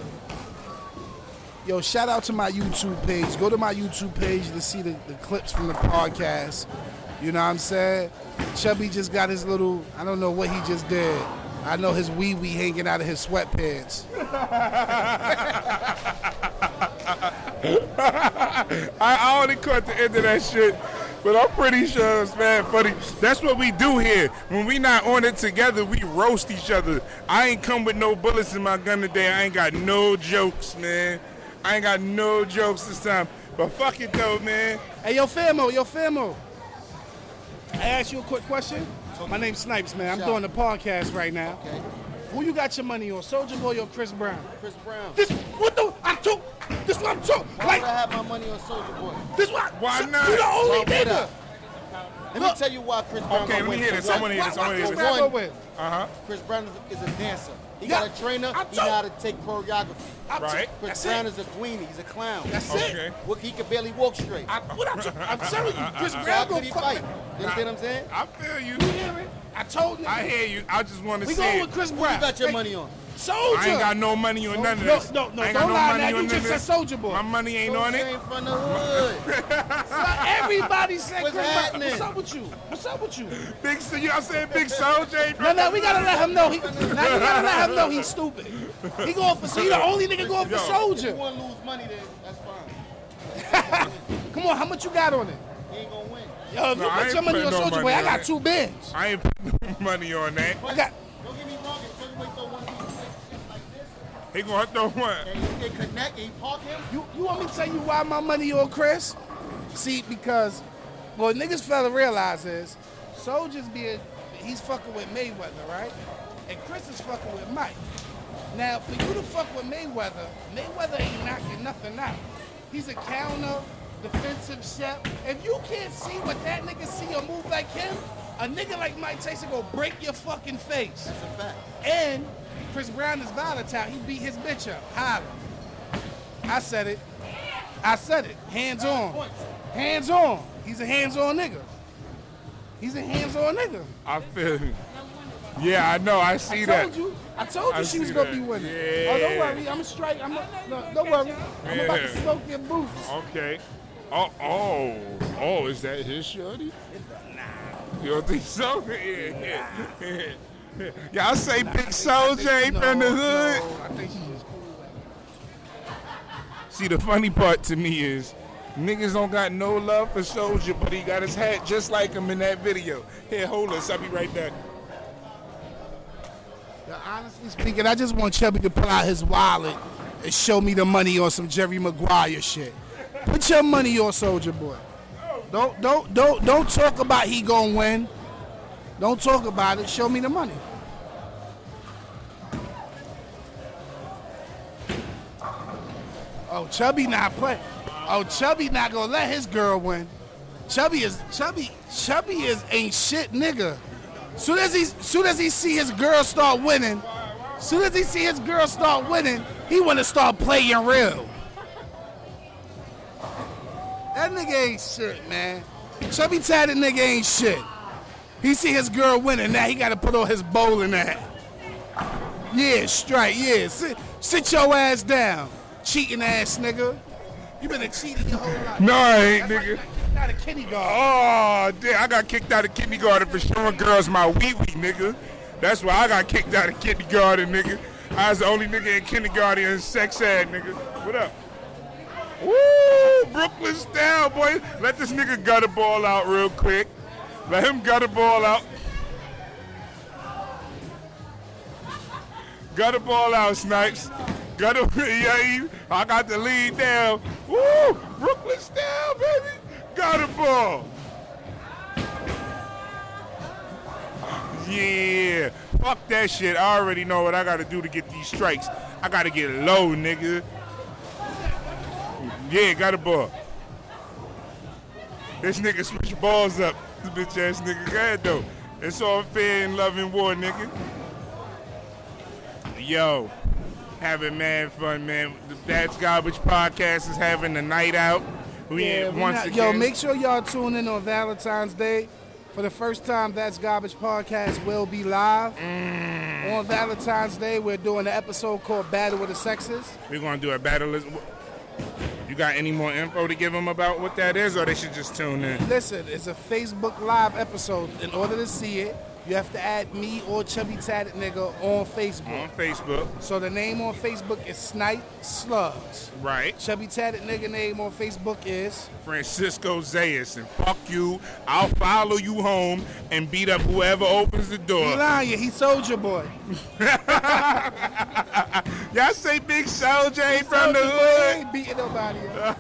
[SPEAKER 1] Yo, shout out to my YouTube page. Go to my YouTube page to see the, the clips from the podcast. You know what I'm saying? Chubby just got his little, I don't know what he just did. I know his wee wee hanging out of his sweatpants.
[SPEAKER 2] I, I only caught the end of that shit, but I'm pretty sure it's mad funny. That's what we do here. When we not on it together, we roast each other. I ain't come with no bullets in my gun today. I ain't got no jokes, man. I ain't got no jokes this time. But fuck it though, man.
[SPEAKER 4] Hey, yo, Famo, yo, Famo. I asked you a quick question. My name's Snipes, man. I'm doing the podcast right now.
[SPEAKER 1] Who you got your money on, Soldier Boy or Chris Brown?
[SPEAKER 5] Chris Brown.
[SPEAKER 4] This what the I'm too. This what I'm too.
[SPEAKER 5] Why
[SPEAKER 4] Like
[SPEAKER 5] would I have my money on Soldier Boy?
[SPEAKER 4] this what.
[SPEAKER 2] Why
[SPEAKER 4] so-
[SPEAKER 2] not?
[SPEAKER 4] You the
[SPEAKER 5] Why
[SPEAKER 4] only
[SPEAKER 5] would
[SPEAKER 4] nigga.
[SPEAKER 5] I? Let me tell you why Chris Brown.
[SPEAKER 2] Okay, let
[SPEAKER 5] gonna
[SPEAKER 2] me
[SPEAKER 5] win.
[SPEAKER 2] hear this. I
[SPEAKER 5] One,
[SPEAKER 2] want to hear this. I want to
[SPEAKER 1] Chris
[SPEAKER 2] hear this.
[SPEAKER 5] why-
[SPEAKER 1] Brown
[SPEAKER 5] one.
[SPEAKER 1] go with.
[SPEAKER 2] Uh huh.
[SPEAKER 5] Chris Brown is, is a dancer. He
[SPEAKER 4] Yeah.
[SPEAKER 5] got a trainer.
[SPEAKER 4] I'm
[SPEAKER 5] he
[SPEAKER 4] told-
[SPEAKER 5] know how to take choreography.
[SPEAKER 4] I'm too-
[SPEAKER 2] Right.
[SPEAKER 5] Chris
[SPEAKER 4] That's
[SPEAKER 5] Brown
[SPEAKER 4] it.
[SPEAKER 5] is a queen. He's a clown.
[SPEAKER 4] That's
[SPEAKER 2] Okay.
[SPEAKER 4] it.
[SPEAKER 5] What- he could barely walk straight.
[SPEAKER 4] I, what I'm, too- I'm telling you,
[SPEAKER 2] [laughs]
[SPEAKER 4] Chris
[SPEAKER 5] so how
[SPEAKER 4] Brown
[SPEAKER 5] could
[SPEAKER 4] gonna
[SPEAKER 5] he
[SPEAKER 4] fuck.
[SPEAKER 5] fight? You understand what I'm saying?
[SPEAKER 2] I feel you.
[SPEAKER 4] You hear it? I told niggas.
[SPEAKER 2] I hear you. I just want to
[SPEAKER 4] we
[SPEAKER 2] see
[SPEAKER 4] going
[SPEAKER 2] it.
[SPEAKER 4] with Chris
[SPEAKER 5] Who
[SPEAKER 4] Brown.
[SPEAKER 5] you got your
[SPEAKER 4] Hey,
[SPEAKER 5] money on?
[SPEAKER 4] Soldier.
[SPEAKER 2] I ain't got no money on none of
[SPEAKER 1] No,
[SPEAKER 2] this.
[SPEAKER 1] no, no,
[SPEAKER 2] I ain't
[SPEAKER 1] don't
[SPEAKER 2] got no
[SPEAKER 1] lie
[SPEAKER 2] money
[SPEAKER 1] now. You
[SPEAKER 2] on none
[SPEAKER 1] just
[SPEAKER 2] of
[SPEAKER 1] said
[SPEAKER 2] this.
[SPEAKER 1] Soulja Boy.
[SPEAKER 2] My money ain't on
[SPEAKER 5] Soldier
[SPEAKER 2] it.
[SPEAKER 5] ain't from the
[SPEAKER 2] [laughs]
[SPEAKER 5] hood.
[SPEAKER 1] Everybody said
[SPEAKER 5] What's
[SPEAKER 1] Chris Brown.
[SPEAKER 5] happening?
[SPEAKER 1] What's up with you? What's up with you?
[SPEAKER 5] [laughs]
[SPEAKER 2] Big so you I said Big Soldier ain't
[SPEAKER 1] No,
[SPEAKER 2] from
[SPEAKER 1] no, we gotta let him know. He, now you gotta let him know he's stupid. He going for. He the only nigga going for
[SPEAKER 2] Yo.
[SPEAKER 5] if you
[SPEAKER 1] Soldier.
[SPEAKER 5] want to lose money, then that's fine.
[SPEAKER 1] Come on, how much you got on it?
[SPEAKER 5] He ain't gonna win.
[SPEAKER 1] Yo, if
[SPEAKER 2] No,
[SPEAKER 1] you
[SPEAKER 2] I
[SPEAKER 1] put
[SPEAKER 2] ain't
[SPEAKER 1] your money
[SPEAKER 2] putting
[SPEAKER 1] on
[SPEAKER 2] no
[SPEAKER 1] Soldier
[SPEAKER 2] money
[SPEAKER 1] Boy, I
[SPEAKER 2] on
[SPEAKER 1] got
[SPEAKER 2] it.
[SPEAKER 1] two bands.
[SPEAKER 2] I ain't putting no money on that.
[SPEAKER 1] I got.
[SPEAKER 5] Don't get me wrong. If Soldier Boy throw one piece of shit like this,
[SPEAKER 2] He gonna throw one.
[SPEAKER 5] and if they connect and he park him,
[SPEAKER 1] You, you want me to tell you why my money on Chris? See, because what niggas fella realize is Soldier's being he's fucking with Mayweather, right? And Chris is fucking with Mike. Now, for you to fuck with Mayweather, Mayweather ain't knocking nothing out. He's a counter, defensive chef. If you can't see what that nigga see or move like him, a nigga like Mike Tyson gonna break your fucking face.
[SPEAKER 5] that's a fact.
[SPEAKER 1] And Chris Brown is volatile. He beat his bitch up. Holla. I said it. I said it. Hands on. Hands on. He's a hands on nigga. He's a hands on nigga.
[SPEAKER 2] I feel you. Yeah, I know. I see
[SPEAKER 1] I
[SPEAKER 2] that.
[SPEAKER 1] told you. I told you
[SPEAKER 2] I
[SPEAKER 1] she was
[SPEAKER 2] see
[SPEAKER 1] gonna
[SPEAKER 2] that.
[SPEAKER 1] be winning.
[SPEAKER 2] Yeah.
[SPEAKER 1] Oh, don't worry. I'm a strike. I'm a, no, don't worry. I'm about to
[SPEAKER 2] Yeah.
[SPEAKER 1] smoke your boots.
[SPEAKER 2] Okay. Oh, oh, oh, is that his shorty? Nah. You don't think so? [laughs] Yeah, yeah. Y'all say Big Soldier ain't from the hood?
[SPEAKER 1] I think she was cool.
[SPEAKER 2] See, the funny part to me is niggas don't got no love for Soldier, but he got his hat just like him in that video. Here, hold us. I'll be right back.
[SPEAKER 1] Now, honestly speaking, I just want Chubby to pull out his wallet and show me the money on some Jerry Maguire shit. Put your money on Soldier Boy. Don't don't don't don't talk about he gonna win. Don't talk about it. Show me the money. Oh, Chubby not play. Oh, Chubby not gonna let his girl win. Chubby is Chubby. Chubby is ain't shit nigga. Soon as he soon as he see his girl start winning, soon as he see his girl start winning, he wanna start playing real. That nigga ain't shit, man. Chubby tatted nigga ain't shit. He see his girl winning now. He gotta put on his bowling hat. Yeah, strike. Yeah, sit, sit your ass down, cheating ass nigga. You been a cheating your whole life.
[SPEAKER 2] No, I ain't,
[SPEAKER 1] That's why you
[SPEAKER 2] nigga.
[SPEAKER 1] got kicked out of kindergarten.
[SPEAKER 2] Oh, damn. I got kicked out of kindergarten for showing girls my wee wee, nigga. That's why I got kicked out of kindergarten, nigga. I was the only nigga in kindergarten in sex ed, nigga. What up? Woo! Brooklyn style, boy. Let this nigga gutter ball out real quick. Let him gutter ball out. Gutter ball out, Snipes. Gutter, [laughs] yeah, he- I got the lead down. Woo! Brooklyn style, baby. Gutter ball. Yeah. Fuck that shit. I already know what I gotta do to get these strikes. I gotta get low, nigga. Yeah, got a ball. This nigga switch balls up. This bitch ass nigga. Go ahead though. It's all fair in love and war, nigga. Yo, having mad fun, man. The That's Garbage Podcast is having a night out. We
[SPEAKER 1] Yeah,
[SPEAKER 2] ain't
[SPEAKER 1] we
[SPEAKER 2] once
[SPEAKER 1] not-
[SPEAKER 2] again.
[SPEAKER 1] Yo, make sure y'all tune in on Valentine's Day. For the first time, That's Garbage Podcast will be live.
[SPEAKER 2] Mm.
[SPEAKER 1] On Valentine's Day, we're doing an episode called Battle with the Sexes.
[SPEAKER 2] We're gonna do a battle. is- You got any more info to give them about what that is, or they should just tune in?
[SPEAKER 1] Listen, it's a Facebook Live episode. In order to see it, you have to add me or Chubby Tatted Nigga on Facebook.
[SPEAKER 2] On Facebook,
[SPEAKER 1] So the name on Facebook is Snipe Slugs.
[SPEAKER 2] right?
[SPEAKER 1] Chubby Tatted Nigga name on Facebook is
[SPEAKER 2] Francisco Zayas, and fuck you. I'll follow you home and beat up whoever opens the
[SPEAKER 1] He
[SPEAKER 2] door.
[SPEAKER 1] lying, he Soldier Boy.
[SPEAKER 2] Y'all say Big Soldier ain't from the
[SPEAKER 1] Soulja Boy
[SPEAKER 2] hood.
[SPEAKER 1] ain't beating nobody up.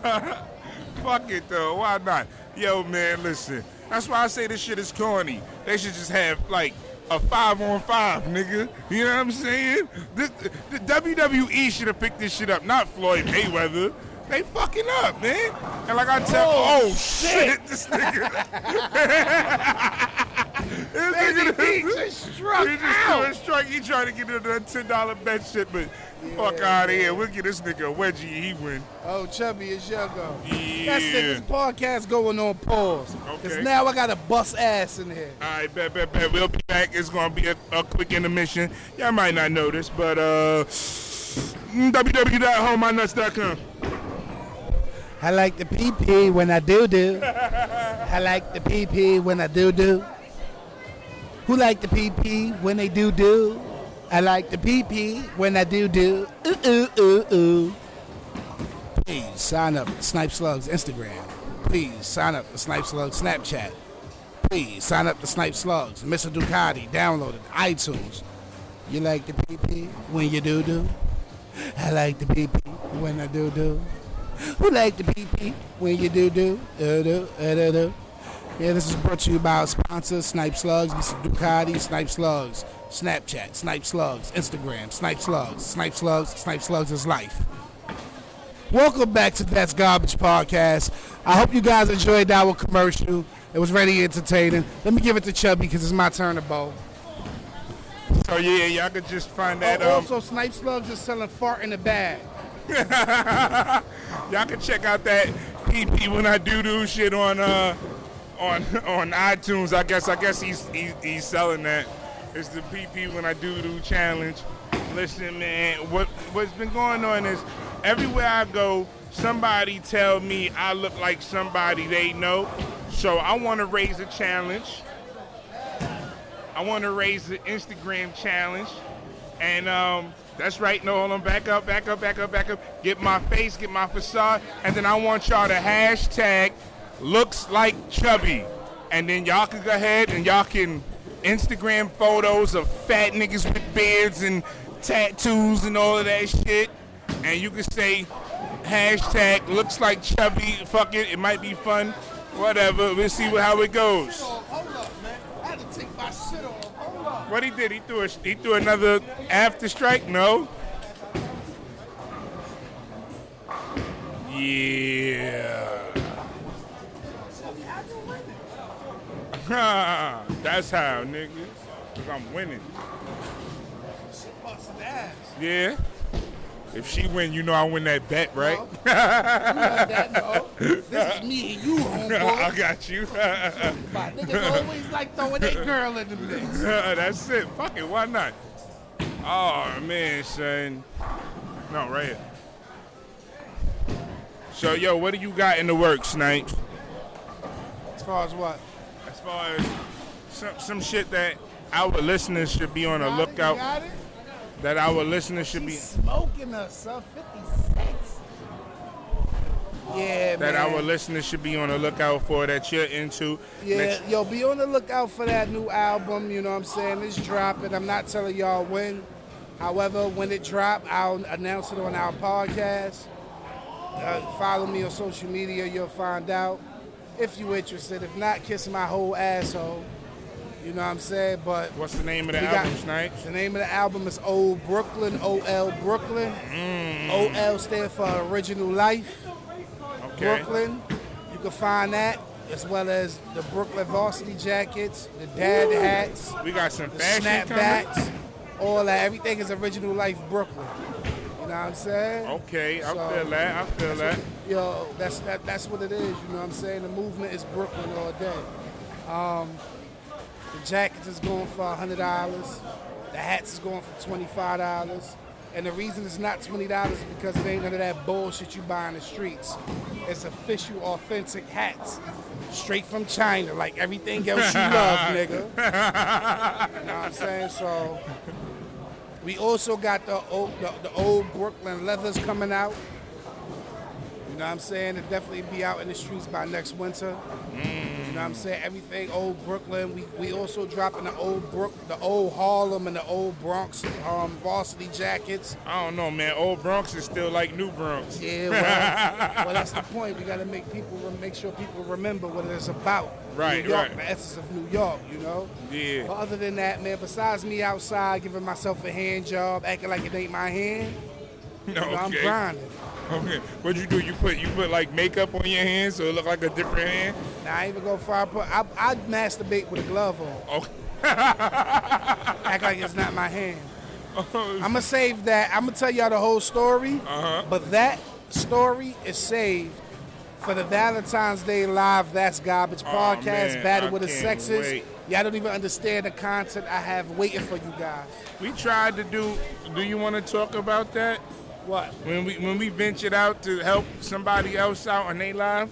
[SPEAKER 2] Fuck it though, why not? Yo man, listen. That's why I say this shit is corny. They should just have like a five on five, nigga. You know what I'm saying? This, the WWE should have picked this shit up, not Floyd Mayweather. They fucking up, man. And like I tell, oh, shit. this nigga. [laughs] this nigga [laughs] he just struck he just out. A strike. He tried to get into a ten dollar bet shit, but fuck out of here. We'll get this nigga a wedgie. He win.
[SPEAKER 1] Oh, Chubby, it's your go.
[SPEAKER 2] Yeah.
[SPEAKER 1] That's it. This podcast going on pause. Because
[SPEAKER 2] Okay.
[SPEAKER 1] now I got a bust ass in here.
[SPEAKER 2] All right, bet, bet, bet. We'll be back. It's gonna be a, a quick intermission. Y'all might not know this, but uh, mm, www.homeynuts.com.
[SPEAKER 1] I like the pee pee when I do do. I like the pee pee when I do do. Who like the pee pee when they do do? I like the pee pee when I do do. Ooh ooh ooh ooh. Please sign up at Snipe Slugs Instagram. Please sign up to Snipe Slugs Snapchat. Please sign up to Snipe Slugs. Mr. Ducati downloaded iTunes. You like the pee pee when you do do. I like the pee pee when I do do. Who like the pee pee when you do do? Do do uh, do do. Yeah, this is brought to you by our sponsor, Snipe Slugs, Mr. Ducati, Snipe Slugs, Snapchat, Snipe Slugs, Instagram, Snipe Slugs, Snipe Slugs, Snipe Slugs is life. Welcome back to That's Garbage Podcast. I hope you guys enjoyed our commercial. It was really entertaining. Let me give it to Chubby because it's my turn to bowl.
[SPEAKER 2] So yeah, y'all could just find that.
[SPEAKER 1] oh,
[SPEAKER 2] Um,
[SPEAKER 1] also, Snipe Slugs is selling fart in a bag.
[SPEAKER 2] y'all can check out that PP when I do do shit on uh on [laughs] on iTunes. I guess I guess he's he's, he's selling that. It's the PP when I do do challenge. Listen, man, what what's been going on is everywhere I go, somebody tell me I look like somebody they know. So I want to raise a challenge. I want to raise the Instagram challenge. And um, that's right. No, hold on. Back up, back up, back up, back up. Get my face, get my facade. And then I want y'all to hashtag looks like chubby. And then y'all can go ahead and y'all can Instagram photos of fat niggas with beards and tattoos and all of that shit. And you can say hashtag looks like chubby. Fuck it. It might be fun. Whatever. We'll see how it goes.
[SPEAKER 5] Hold up, man. I had to take my shit off. Hold up.
[SPEAKER 2] What he did, he threw a, he threw another after strike. No. Yeah. [laughs] That's how, nigga. Cause I'm winning.
[SPEAKER 5] Busted ass.
[SPEAKER 2] Yeah. If she win, you know I win that bet, right?
[SPEAKER 1] This is me and you, homeboy.
[SPEAKER 2] [laughs] I got you.
[SPEAKER 1] My niggas always like throwing that girl in the mix.
[SPEAKER 2] That's it. Fuck it. Why not? Oh man, son. No, right here. So yo, what do you got in the works, Snipes?
[SPEAKER 1] As far as what?
[SPEAKER 2] As far as some some shit that our listeners should be on the lookout.
[SPEAKER 1] Got it? You
[SPEAKER 2] That our listeners should be.
[SPEAKER 1] got it? Smoking us, sub 56. Yeah,
[SPEAKER 2] That
[SPEAKER 1] man.
[SPEAKER 2] our listeners should be on the lookout for. That you're into.
[SPEAKER 1] Yeah,
[SPEAKER 2] That you-
[SPEAKER 1] yo, be on the lookout for that new album. You know what I'm saying? It's dropping. I'm not telling y'all when. However, when it drop, I'll announce it on our podcast. Uh, follow me on social media. You'll find out if you're interested. If not, kiss my whole asshole. You know what I'm saying? But
[SPEAKER 2] What's the name of the
[SPEAKER 1] We got-
[SPEAKER 2] album, Snipes?
[SPEAKER 1] The name of the album is Old Brooklyn, OL Brooklyn. OL stands for Original Life,
[SPEAKER 2] Okay.
[SPEAKER 1] Brooklyn. You can find that as well as the Brooklyn Varsity Jackets, the dad hats,
[SPEAKER 2] We got some
[SPEAKER 1] the
[SPEAKER 2] fashion coming.
[SPEAKER 1] snapbacks, all that. Everything is Original Life Brooklyn. You know what I'm saying?
[SPEAKER 2] Okay, I
[SPEAKER 1] So-
[SPEAKER 2] feel that. I feel that.
[SPEAKER 1] Yo, that's that, that's what it is. You know what I'm saying? The movement is Brooklyn all day. Um, the jackets is going for hundred dollars. The hats is going for twenty five dollars. And the reason it's not twenty dollars is because it ain't none of that bullshit you buy in the streets. It's official, authentic hats, straight from China, like everything else you love, nigga. You know what I'm saying? So we also got the old, the, the old Brooklyn leathers coming out. You know what I'm saying? It'll definitely be out in the streets by next winter. You know what I'm saying? Everything old Brooklyn. We we also dropping the old Brook, the old Harlem and the old Bronx um, varsity jackets.
[SPEAKER 2] I don't know, man. Old Bronx is still like New
[SPEAKER 1] [laughs]
[SPEAKER 2] Bronx.
[SPEAKER 1] Yeah, well, well, that's the point. We got to make people make sure people remember what it's about.
[SPEAKER 2] Right,
[SPEAKER 1] New York,
[SPEAKER 2] right.
[SPEAKER 1] the essence of New York, you know?
[SPEAKER 2] Yeah.
[SPEAKER 1] But other than that, man, besides me outside giving myself a hand job, acting like it ain't my hand,
[SPEAKER 2] [laughs] No,
[SPEAKER 1] you know, I'm
[SPEAKER 2] okay.
[SPEAKER 1] grinding.
[SPEAKER 2] Okay. What you do? You put you put like makeup on your hand so it look like a different hand.
[SPEAKER 1] Now, I ain't even gonna far put. I, I masturbate with a glove on,
[SPEAKER 2] Okay.
[SPEAKER 1] [laughs] act like it's not my
[SPEAKER 2] [laughs]
[SPEAKER 1] hand.
[SPEAKER 2] uh
[SPEAKER 1] I'm gonna save that. I'm gonna tell y'all the whole story,
[SPEAKER 2] huh.
[SPEAKER 1] but that story is saved for the Valentine's Day live. That's garbage
[SPEAKER 2] Oh,
[SPEAKER 1] podcast.
[SPEAKER 2] man,
[SPEAKER 1] Battle
[SPEAKER 2] I
[SPEAKER 1] with the
[SPEAKER 2] can't
[SPEAKER 1] sexes.
[SPEAKER 2] wait.
[SPEAKER 1] Y'all don't even understand the content I have waiting for you guys.
[SPEAKER 2] We tried to do. Do you want to talk about that
[SPEAKER 1] What?
[SPEAKER 2] when we when we ventured out to help somebody else out on their life?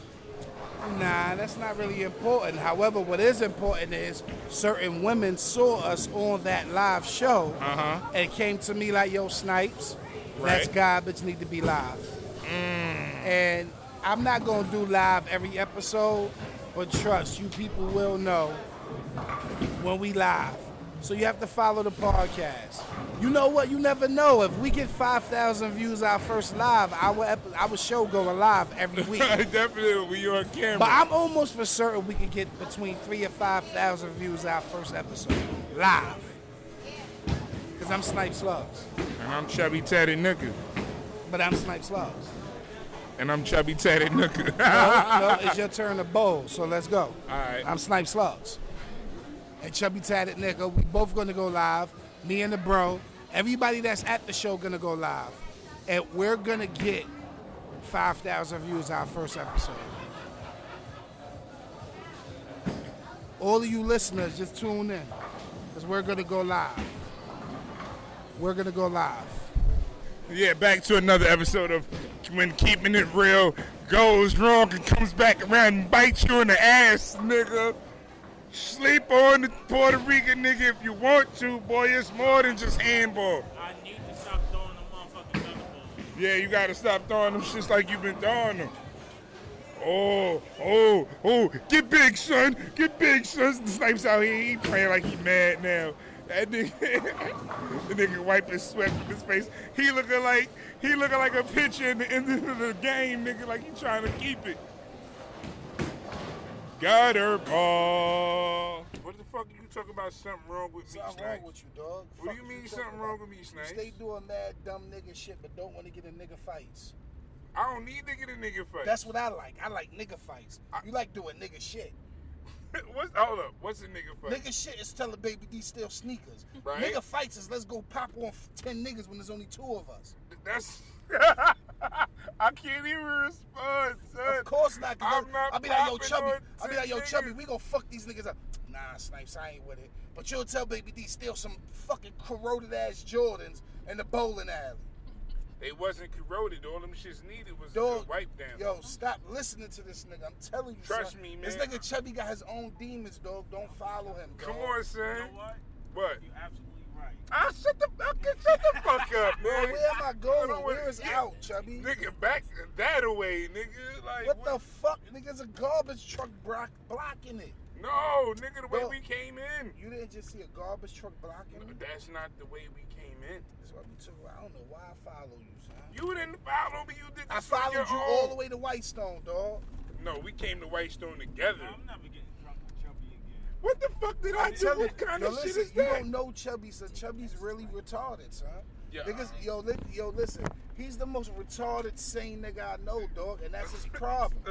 [SPEAKER 1] Nah, that's not really important. However, what is important is certain women saw us on that live show
[SPEAKER 2] Uh huh.
[SPEAKER 1] and came to me like, "Yo, Snipes, that's
[SPEAKER 2] Right.
[SPEAKER 1] garbage. Need to be live." And I'm not gonna do live every episode, but trust you people will know when we live. So you have to follow the podcast. You know what? You never know. If we get 5,000 views our first live, our ep- our show going live every
[SPEAKER 2] [laughs]
[SPEAKER 1] week.
[SPEAKER 2] [laughs] Definitely, we on camera.
[SPEAKER 1] But I'm almost for certain we could get between three and five thousand views our first episode live. Cause I'm Snipes Loves,
[SPEAKER 2] and I'm chubby tatted nooker.
[SPEAKER 1] but I'm Snipes Loves.
[SPEAKER 2] And I'm chubby tatted [laughs] nooker.
[SPEAKER 1] No, it's your turn to bowl, so let's go.
[SPEAKER 2] All right.
[SPEAKER 1] I'm Snipes Loves and Chubby Tatted Nigga. We both gonna go live. Me and the bro. Everybody that's at the show gonna go live, and we're gonna get five thousand views our first episode. All of you listeners, just tune in, cause we're gonna go live. We're gonna go live.
[SPEAKER 2] Yeah, back to another episode of when keeping it real goes wrong and comes back around and bites you in the ass, nigga. Sleep on the Puerto Rican nigga if you want to, boy. It's more than just handball.
[SPEAKER 3] I need to stop throwing the motherfucking feather balls.
[SPEAKER 2] Yeah, you gotta stop throwing them shits like you've been throwing them. Oh, oh, oh, get big, son. Get big, son. The snipes out here, he playing like he mad now. That nigga, [laughs] the nigga wiping sweat from his face. He looking like, he looking like a pitcher in the end of the game, nigga, like he trying to keep it. Gutter ball. What the fuck you talking about something wrong with me, Snipes?
[SPEAKER 1] you, dog?
[SPEAKER 2] What do you mean something wrong with me, Snipes?
[SPEAKER 1] doing mad dumb nigga shit, but don't want to get in nigga fights.
[SPEAKER 2] I don't need to get a nigga fight.
[SPEAKER 1] That's what I like. I like nigga fights. You like doing nigga shit.
[SPEAKER 2] [laughs] What's, hold up, what's a nigga fight?
[SPEAKER 1] Nigga shit is telling Baby D steal sneakers.
[SPEAKER 2] Right.
[SPEAKER 1] Nigga fights is let's go pop on f- 10 niggas when there's only two of us.
[SPEAKER 2] That's [laughs] I can't even respond, son.
[SPEAKER 1] Of course not. i
[SPEAKER 2] I'm not
[SPEAKER 1] I'll be like, yo,
[SPEAKER 2] popping
[SPEAKER 1] Chubby.
[SPEAKER 2] on
[SPEAKER 1] I'll be like, yo,
[SPEAKER 2] 10
[SPEAKER 1] Chubby,
[SPEAKER 2] niggas.
[SPEAKER 1] we gonna fuck these niggas up. Nah, Snipes, I ain't with it. But you'll tell Baby D steal some fucking corroded ass Jordans in the bowling alley.
[SPEAKER 2] They wasn't corroded. All them shits needed was
[SPEAKER 1] Dog,
[SPEAKER 2] a wipe down.
[SPEAKER 1] Yo, stop listening to this nigga. I'm telling you,
[SPEAKER 2] Trust
[SPEAKER 1] son.
[SPEAKER 2] me,
[SPEAKER 1] This
[SPEAKER 2] man.
[SPEAKER 1] nigga Chubby got his own demons, dog. Don't follow him.
[SPEAKER 2] Come
[SPEAKER 1] dog.
[SPEAKER 2] on, son.
[SPEAKER 3] You know what?
[SPEAKER 2] What?
[SPEAKER 3] You're absolutely right.
[SPEAKER 2] I shut the fuck shut the fuck up,
[SPEAKER 1] Bro, [laughs]
[SPEAKER 2] man.
[SPEAKER 1] where am I
[SPEAKER 2] I
[SPEAKER 1] going?
[SPEAKER 2] don't
[SPEAKER 1] Where
[SPEAKER 2] wanna-
[SPEAKER 1] is
[SPEAKER 2] yeah.
[SPEAKER 1] out, Chubby?
[SPEAKER 2] Nigga, back that away, nigga. Like
[SPEAKER 1] What the fuck? Niggas a garbage truck block blocking it.
[SPEAKER 2] No, nigga, the way
[SPEAKER 1] Bro.
[SPEAKER 2] we came in.
[SPEAKER 1] You didn't just see a garbage truck blocking it?
[SPEAKER 2] That's not the way we came in.
[SPEAKER 1] That's what we took. I don't know why I follow you, son.
[SPEAKER 2] You didn't follow me. You did.
[SPEAKER 1] I
[SPEAKER 2] this on
[SPEAKER 1] followed
[SPEAKER 2] your
[SPEAKER 1] you
[SPEAKER 2] own.
[SPEAKER 1] all the way to Whitestone, dog.
[SPEAKER 2] No, we came to Whitestone together.
[SPEAKER 3] I'm never getting drunk with Chubby again.
[SPEAKER 2] What the fuck did I do?
[SPEAKER 1] Tell
[SPEAKER 2] What
[SPEAKER 1] it-
[SPEAKER 2] kind
[SPEAKER 1] yo,
[SPEAKER 2] of
[SPEAKER 1] listen,
[SPEAKER 2] shit is
[SPEAKER 1] you
[SPEAKER 2] that?
[SPEAKER 1] don't know Chubby, so Chubby's really retarded, son.
[SPEAKER 2] Yeah.
[SPEAKER 1] Niggas, yo, li- yo, listen. He's the most retarded sane nigga I know, dog, and
[SPEAKER 2] [laughs]
[SPEAKER 1] that's his problem.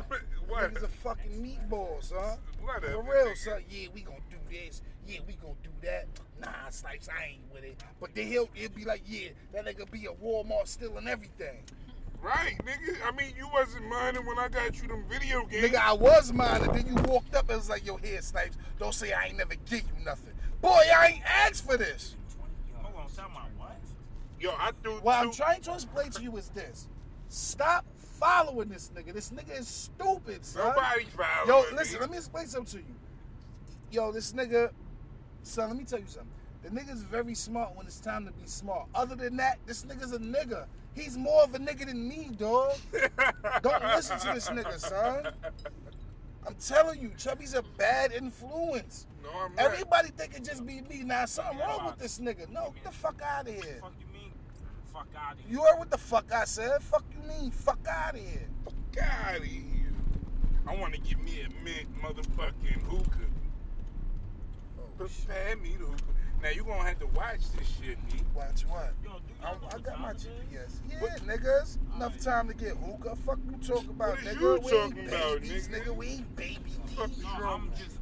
[SPEAKER 2] What?
[SPEAKER 1] Niggas a fucking meatball, son.
[SPEAKER 2] Whatever,
[SPEAKER 1] For real,
[SPEAKER 2] nigga.
[SPEAKER 1] son. Yeah, we gonna do this. Yeah, we gonna do that. Nah, Snipes, I ain't with it. But then he'll, he'll be like, yeah, that nigga be at Walmart stealing everything.
[SPEAKER 2] Right, nigga. I mean, you wasn't minding when I got you them video games.
[SPEAKER 1] Nigga, I was mine, and then you walked up and was like, yo, here, Snipes, don't say I ain't never give you nothing. Boy, I ain't asked for this.
[SPEAKER 3] Hold on, time out. What?
[SPEAKER 2] Yo, I threw
[SPEAKER 1] What I'm
[SPEAKER 2] two-
[SPEAKER 1] trying to explain to you is this. Stop following this nigga. This nigga is stupid, son.
[SPEAKER 2] Nobody following
[SPEAKER 1] Yo,
[SPEAKER 2] me.
[SPEAKER 1] listen, let me explain something to you. Yo, this nigga, son, let me tell you something. The nigga's very smart when it's time to be smart. Other than that, this nigga's a nigga. He's more of a nigga than me,
[SPEAKER 2] [laughs]
[SPEAKER 1] dog. Don't listen to this nigga, son. I'm telling you, Chubby's a bad influence.
[SPEAKER 2] No, I'm not.
[SPEAKER 1] Everybody think it just be me. Now, something wrong with this nigga. No, get the fuck out of here.
[SPEAKER 3] Fuck you mean? Fuck out of here.
[SPEAKER 1] You heard what the fuck I said? Fuck you mean? Fuck out of here.
[SPEAKER 2] Fuck outta here. I want to give me a mint motherfucking hookah.
[SPEAKER 1] Oh,
[SPEAKER 2] Prepare me to hookah. Now you gonna have to watch this shit, me.
[SPEAKER 1] Watch what?
[SPEAKER 3] Yo, do you
[SPEAKER 1] I,
[SPEAKER 3] know
[SPEAKER 1] I
[SPEAKER 3] what
[SPEAKER 1] got
[SPEAKER 3] time
[SPEAKER 1] my
[SPEAKER 3] it
[SPEAKER 1] GPS.
[SPEAKER 3] is?
[SPEAKER 1] Yeah, niggas. Enough time to get hookah. Fuck you talk about,
[SPEAKER 2] is
[SPEAKER 1] nigga.
[SPEAKER 2] you
[SPEAKER 1] we
[SPEAKER 2] talking
[SPEAKER 1] ain't
[SPEAKER 2] about,
[SPEAKER 1] babies,
[SPEAKER 2] nigga?
[SPEAKER 1] We ain't baby
[SPEAKER 2] Fuck
[SPEAKER 1] teeth.
[SPEAKER 2] you,
[SPEAKER 3] No, I'm just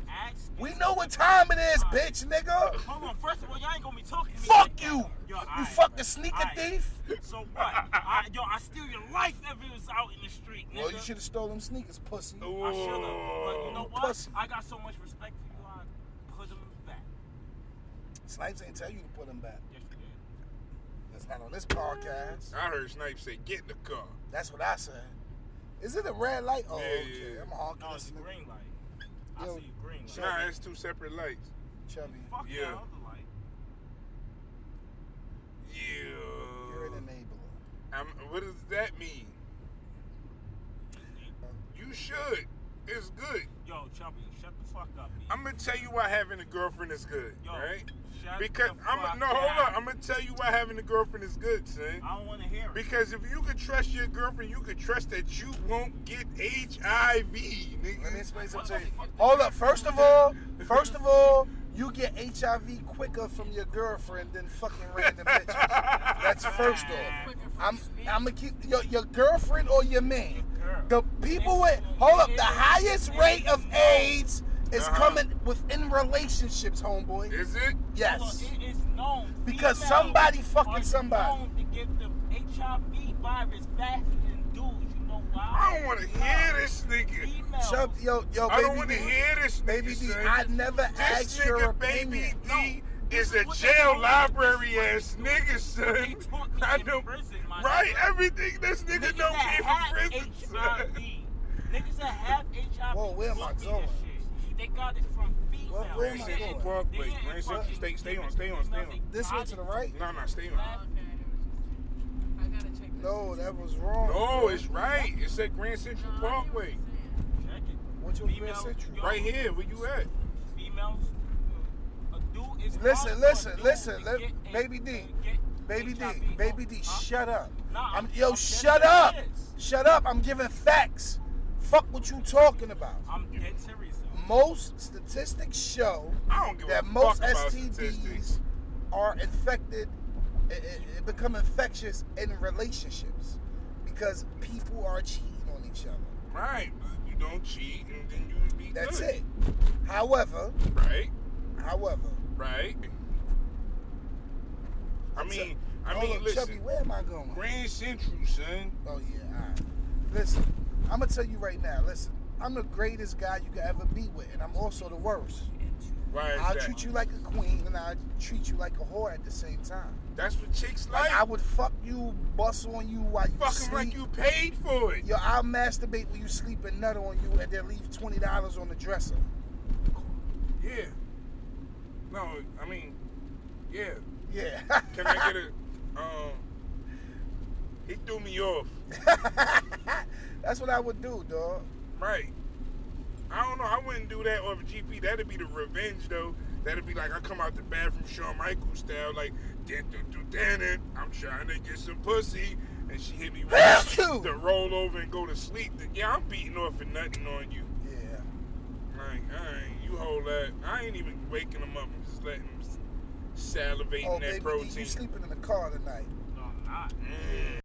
[SPEAKER 1] Uh-huh.
[SPEAKER 3] asking.
[SPEAKER 1] We know what time it is, bitch, nigga.
[SPEAKER 3] Hold on, first of all, y'all ain't gonna be talking to me like
[SPEAKER 1] Fuck
[SPEAKER 3] that.
[SPEAKER 1] you.
[SPEAKER 3] Yo,
[SPEAKER 1] You
[SPEAKER 3] aight,
[SPEAKER 1] fucking sneaker
[SPEAKER 3] aight.
[SPEAKER 1] thief.
[SPEAKER 3] So what? I, yo, I steal your life if it was out in the street, nigga.
[SPEAKER 1] Well, you should have stole them sneakers, pussy.
[SPEAKER 2] Oh.
[SPEAKER 3] I should have. But you know what?
[SPEAKER 1] Pussy.
[SPEAKER 3] I got so much respect for you, I put them back.
[SPEAKER 1] Snipes ain't tell you to put them back.
[SPEAKER 3] Yes, you did.
[SPEAKER 1] That's not on this podcast.
[SPEAKER 2] Oh, I heard Snipe say, "Get in the car."
[SPEAKER 1] That's what I said. Is it a red light? Oh,
[SPEAKER 2] Yeah,
[SPEAKER 1] okay.
[SPEAKER 2] yeah.
[SPEAKER 1] I'm honking
[SPEAKER 3] No, it's
[SPEAKER 1] this
[SPEAKER 3] a
[SPEAKER 1] nigga.
[SPEAKER 3] green light. I
[SPEAKER 1] Yo,
[SPEAKER 3] see you green light.
[SPEAKER 2] Nah, that's two separate lights.
[SPEAKER 1] Chubby,
[SPEAKER 3] Fuck
[SPEAKER 2] Yeah.
[SPEAKER 3] that other light.
[SPEAKER 1] you're an
[SPEAKER 2] Yeah.
[SPEAKER 1] enabler.
[SPEAKER 2] I'm, what does that mean? You should. It's good.
[SPEAKER 3] Yo, Chubby, shut the fuck up, B.
[SPEAKER 2] I'm gonna tell you why having a girlfriend is good,
[SPEAKER 3] Yo,
[SPEAKER 2] right?
[SPEAKER 3] shut
[SPEAKER 2] Because
[SPEAKER 3] the fuck
[SPEAKER 2] I'm no hold
[SPEAKER 3] up.
[SPEAKER 2] on. I'm gonna tell you why having a girlfriend is good, son.
[SPEAKER 3] I don't want to hear it.
[SPEAKER 2] Because if you could trust your girlfriend, you could trust that you won't get HIV. Nigga.
[SPEAKER 1] Let me explain something
[SPEAKER 3] What
[SPEAKER 1] to
[SPEAKER 3] the
[SPEAKER 1] you.
[SPEAKER 3] fuck did
[SPEAKER 1] Hold
[SPEAKER 3] you
[SPEAKER 1] up.
[SPEAKER 3] do?
[SPEAKER 1] First of all, first of all, you get HIV quicker from your girlfriend than fucking random bitches. That's first off. I'm I'm gonna keep your, your girlfriend or your man. The people with hold up. The highest rate of AIDS is
[SPEAKER 2] Uh-huh.
[SPEAKER 1] coming within relationships, homeboy.
[SPEAKER 2] Is it?
[SPEAKER 3] Well,
[SPEAKER 1] Yes.
[SPEAKER 3] it is known.
[SPEAKER 1] Because
[SPEAKER 3] females
[SPEAKER 1] somebody fucking
[SPEAKER 3] are
[SPEAKER 1] somebody.
[SPEAKER 3] known to get the HIV virus faster than dudes. You know why?
[SPEAKER 2] I don't want to hear this nigga.
[SPEAKER 3] Females.
[SPEAKER 1] Chub, yo, yo,
[SPEAKER 2] I
[SPEAKER 1] Oh, baby.
[SPEAKER 2] don't want to
[SPEAKER 1] D,
[SPEAKER 2] hear this nigga.
[SPEAKER 1] Baby D,
[SPEAKER 2] son.
[SPEAKER 1] I never
[SPEAKER 2] This
[SPEAKER 1] asked your
[SPEAKER 2] nigga, baby
[SPEAKER 1] opinion.
[SPEAKER 2] D, is
[SPEAKER 3] this
[SPEAKER 2] a
[SPEAKER 3] is what
[SPEAKER 2] jail
[SPEAKER 3] they-
[SPEAKER 2] library ass
[SPEAKER 3] this
[SPEAKER 2] nigga,
[SPEAKER 3] is what they taught
[SPEAKER 2] son.
[SPEAKER 3] me
[SPEAKER 2] I
[SPEAKER 3] in
[SPEAKER 2] know,
[SPEAKER 3] prison, my
[SPEAKER 2] right?
[SPEAKER 3] nigga.
[SPEAKER 2] Everything this nigga
[SPEAKER 3] Niggas
[SPEAKER 2] don't
[SPEAKER 3] that
[SPEAKER 2] came
[SPEAKER 3] have
[SPEAKER 2] from prison,
[SPEAKER 3] HIV.
[SPEAKER 2] [laughs] son.
[SPEAKER 3] Niggas that have HIV.
[SPEAKER 1] Whoa, where am I
[SPEAKER 3] look at this shit. They got it from females.
[SPEAKER 1] Where- where am I
[SPEAKER 3] They
[SPEAKER 1] going?
[SPEAKER 3] didn't-
[SPEAKER 2] Walk,
[SPEAKER 3] they
[SPEAKER 2] please.
[SPEAKER 3] didn't
[SPEAKER 2] Brain
[SPEAKER 3] fucking
[SPEAKER 2] shit. Stay- stay
[SPEAKER 3] give
[SPEAKER 2] on,
[SPEAKER 3] it
[SPEAKER 2] stay on, stay on.
[SPEAKER 3] females. They
[SPEAKER 1] This way
[SPEAKER 3] got
[SPEAKER 1] to the
[SPEAKER 3] it.
[SPEAKER 1] right?
[SPEAKER 2] No, no, stay on.
[SPEAKER 6] I gotta check this.
[SPEAKER 1] No, that was wrong.
[SPEAKER 2] No, it's right. It's at Grand Central
[SPEAKER 6] No, I hear what
[SPEAKER 2] Parkway.
[SPEAKER 6] you're saying.
[SPEAKER 3] Check it.
[SPEAKER 1] What you
[SPEAKER 3] Females-
[SPEAKER 1] been central?
[SPEAKER 3] yo,
[SPEAKER 2] Right here, where you at?
[SPEAKER 3] Females. uh, A dude is
[SPEAKER 1] Listen,
[SPEAKER 3] hard
[SPEAKER 1] listen,
[SPEAKER 3] for a dude
[SPEAKER 1] listen,
[SPEAKER 3] to
[SPEAKER 1] let-
[SPEAKER 3] get a-
[SPEAKER 1] Baby D,
[SPEAKER 3] to get
[SPEAKER 1] Baby D,
[SPEAKER 3] HIV.
[SPEAKER 1] Baby D,
[SPEAKER 3] Huh?
[SPEAKER 1] shut up.
[SPEAKER 3] Nah,
[SPEAKER 1] I'm,
[SPEAKER 3] I'm-
[SPEAKER 1] yo,
[SPEAKER 3] I'm
[SPEAKER 1] shut
[SPEAKER 3] dead
[SPEAKER 1] up.
[SPEAKER 3] serious.
[SPEAKER 1] Shut up. I'm giving facts. Fuck what you talking about.
[SPEAKER 3] I'm dead serious. though.
[SPEAKER 1] Most statistics show
[SPEAKER 2] I don't give
[SPEAKER 1] that
[SPEAKER 2] a
[SPEAKER 1] most
[SPEAKER 2] fuck about
[SPEAKER 1] STDs
[SPEAKER 2] statistics.
[SPEAKER 1] are infected, i- i- i- become infectious in relationships because people are cheating on each other.
[SPEAKER 2] Right. You don't cheat, and then you be
[SPEAKER 1] That's
[SPEAKER 2] good.
[SPEAKER 1] it. However,
[SPEAKER 2] Right.
[SPEAKER 1] however,
[SPEAKER 2] Right. I mean, I
[SPEAKER 1] hold
[SPEAKER 2] mean,
[SPEAKER 1] up, oh, Chubby,
[SPEAKER 2] listen.
[SPEAKER 1] where am I going?
[SPEAKER 2] Grand Central, son.
[SPEAKER 1] Oh yeah, all right. Listen, I'm gonna tell you right now. Listen, I'm the greatest guy you could ever be with, and I'm also the worst.
[SPEAKER 2] Why is
[SPEAKER 1] I'll
[SPEAKER 2] that?
[SPEAKER 1] treat you like a queen, and I'll treat you like a whore at the same time.
[SPEAKER 2] That's what chicks
[SPEAKER 1] Like
[SPEAKER 2] like.
[SPEAKER 1] I would fuck you, bust on you while you
[SPEAKER 2] fucking
[SPEAKER 1] sleep.
[SPEAKER 2] like you paid for it.
[SPEAKER 1] Yo, I'll masturbate when you sleep and nut on you, and then leave twenty dollars on the dresser.
[SPEAKER 2] Yeah. No, I mean, yeah.
[SPEAKER 1] Yeah. [laughs]
[SPEAKER 2] Can I get a? Um, he threw me off.
[SPEAKER 1] That's what I would do, dog.
[SPEAKER 2] Right. I don't know. I wouldn't do that over GP. That'd be the revenge, though. That'd be like I come out the bathroom Shawn Michaels style, like, "Dun, dun, dun, dun, dun. I'm trying to get some pussy, and she hit me with
[SPEAKER 1] Phew.
[SPEAKER 2] the roll over and go to sleep. Then, yeah, I'm beating off and nothing on you.
[SPEAKER 1] Yeah.
[SPEAKER 2] Like, I ain't, you hold that. I ain't even waking them up. I'm just letting them salivate
[SPEAKER 1] Oh,
[SPEAKER 2] that
[SPEAKER 1] baby, D,
[SPEAKER 2] protein.
[SPEAKER 1] you sleeping in the car tonight?
[SPEAKER 3] No, I'm not.
[SPEAKER 2] Mm.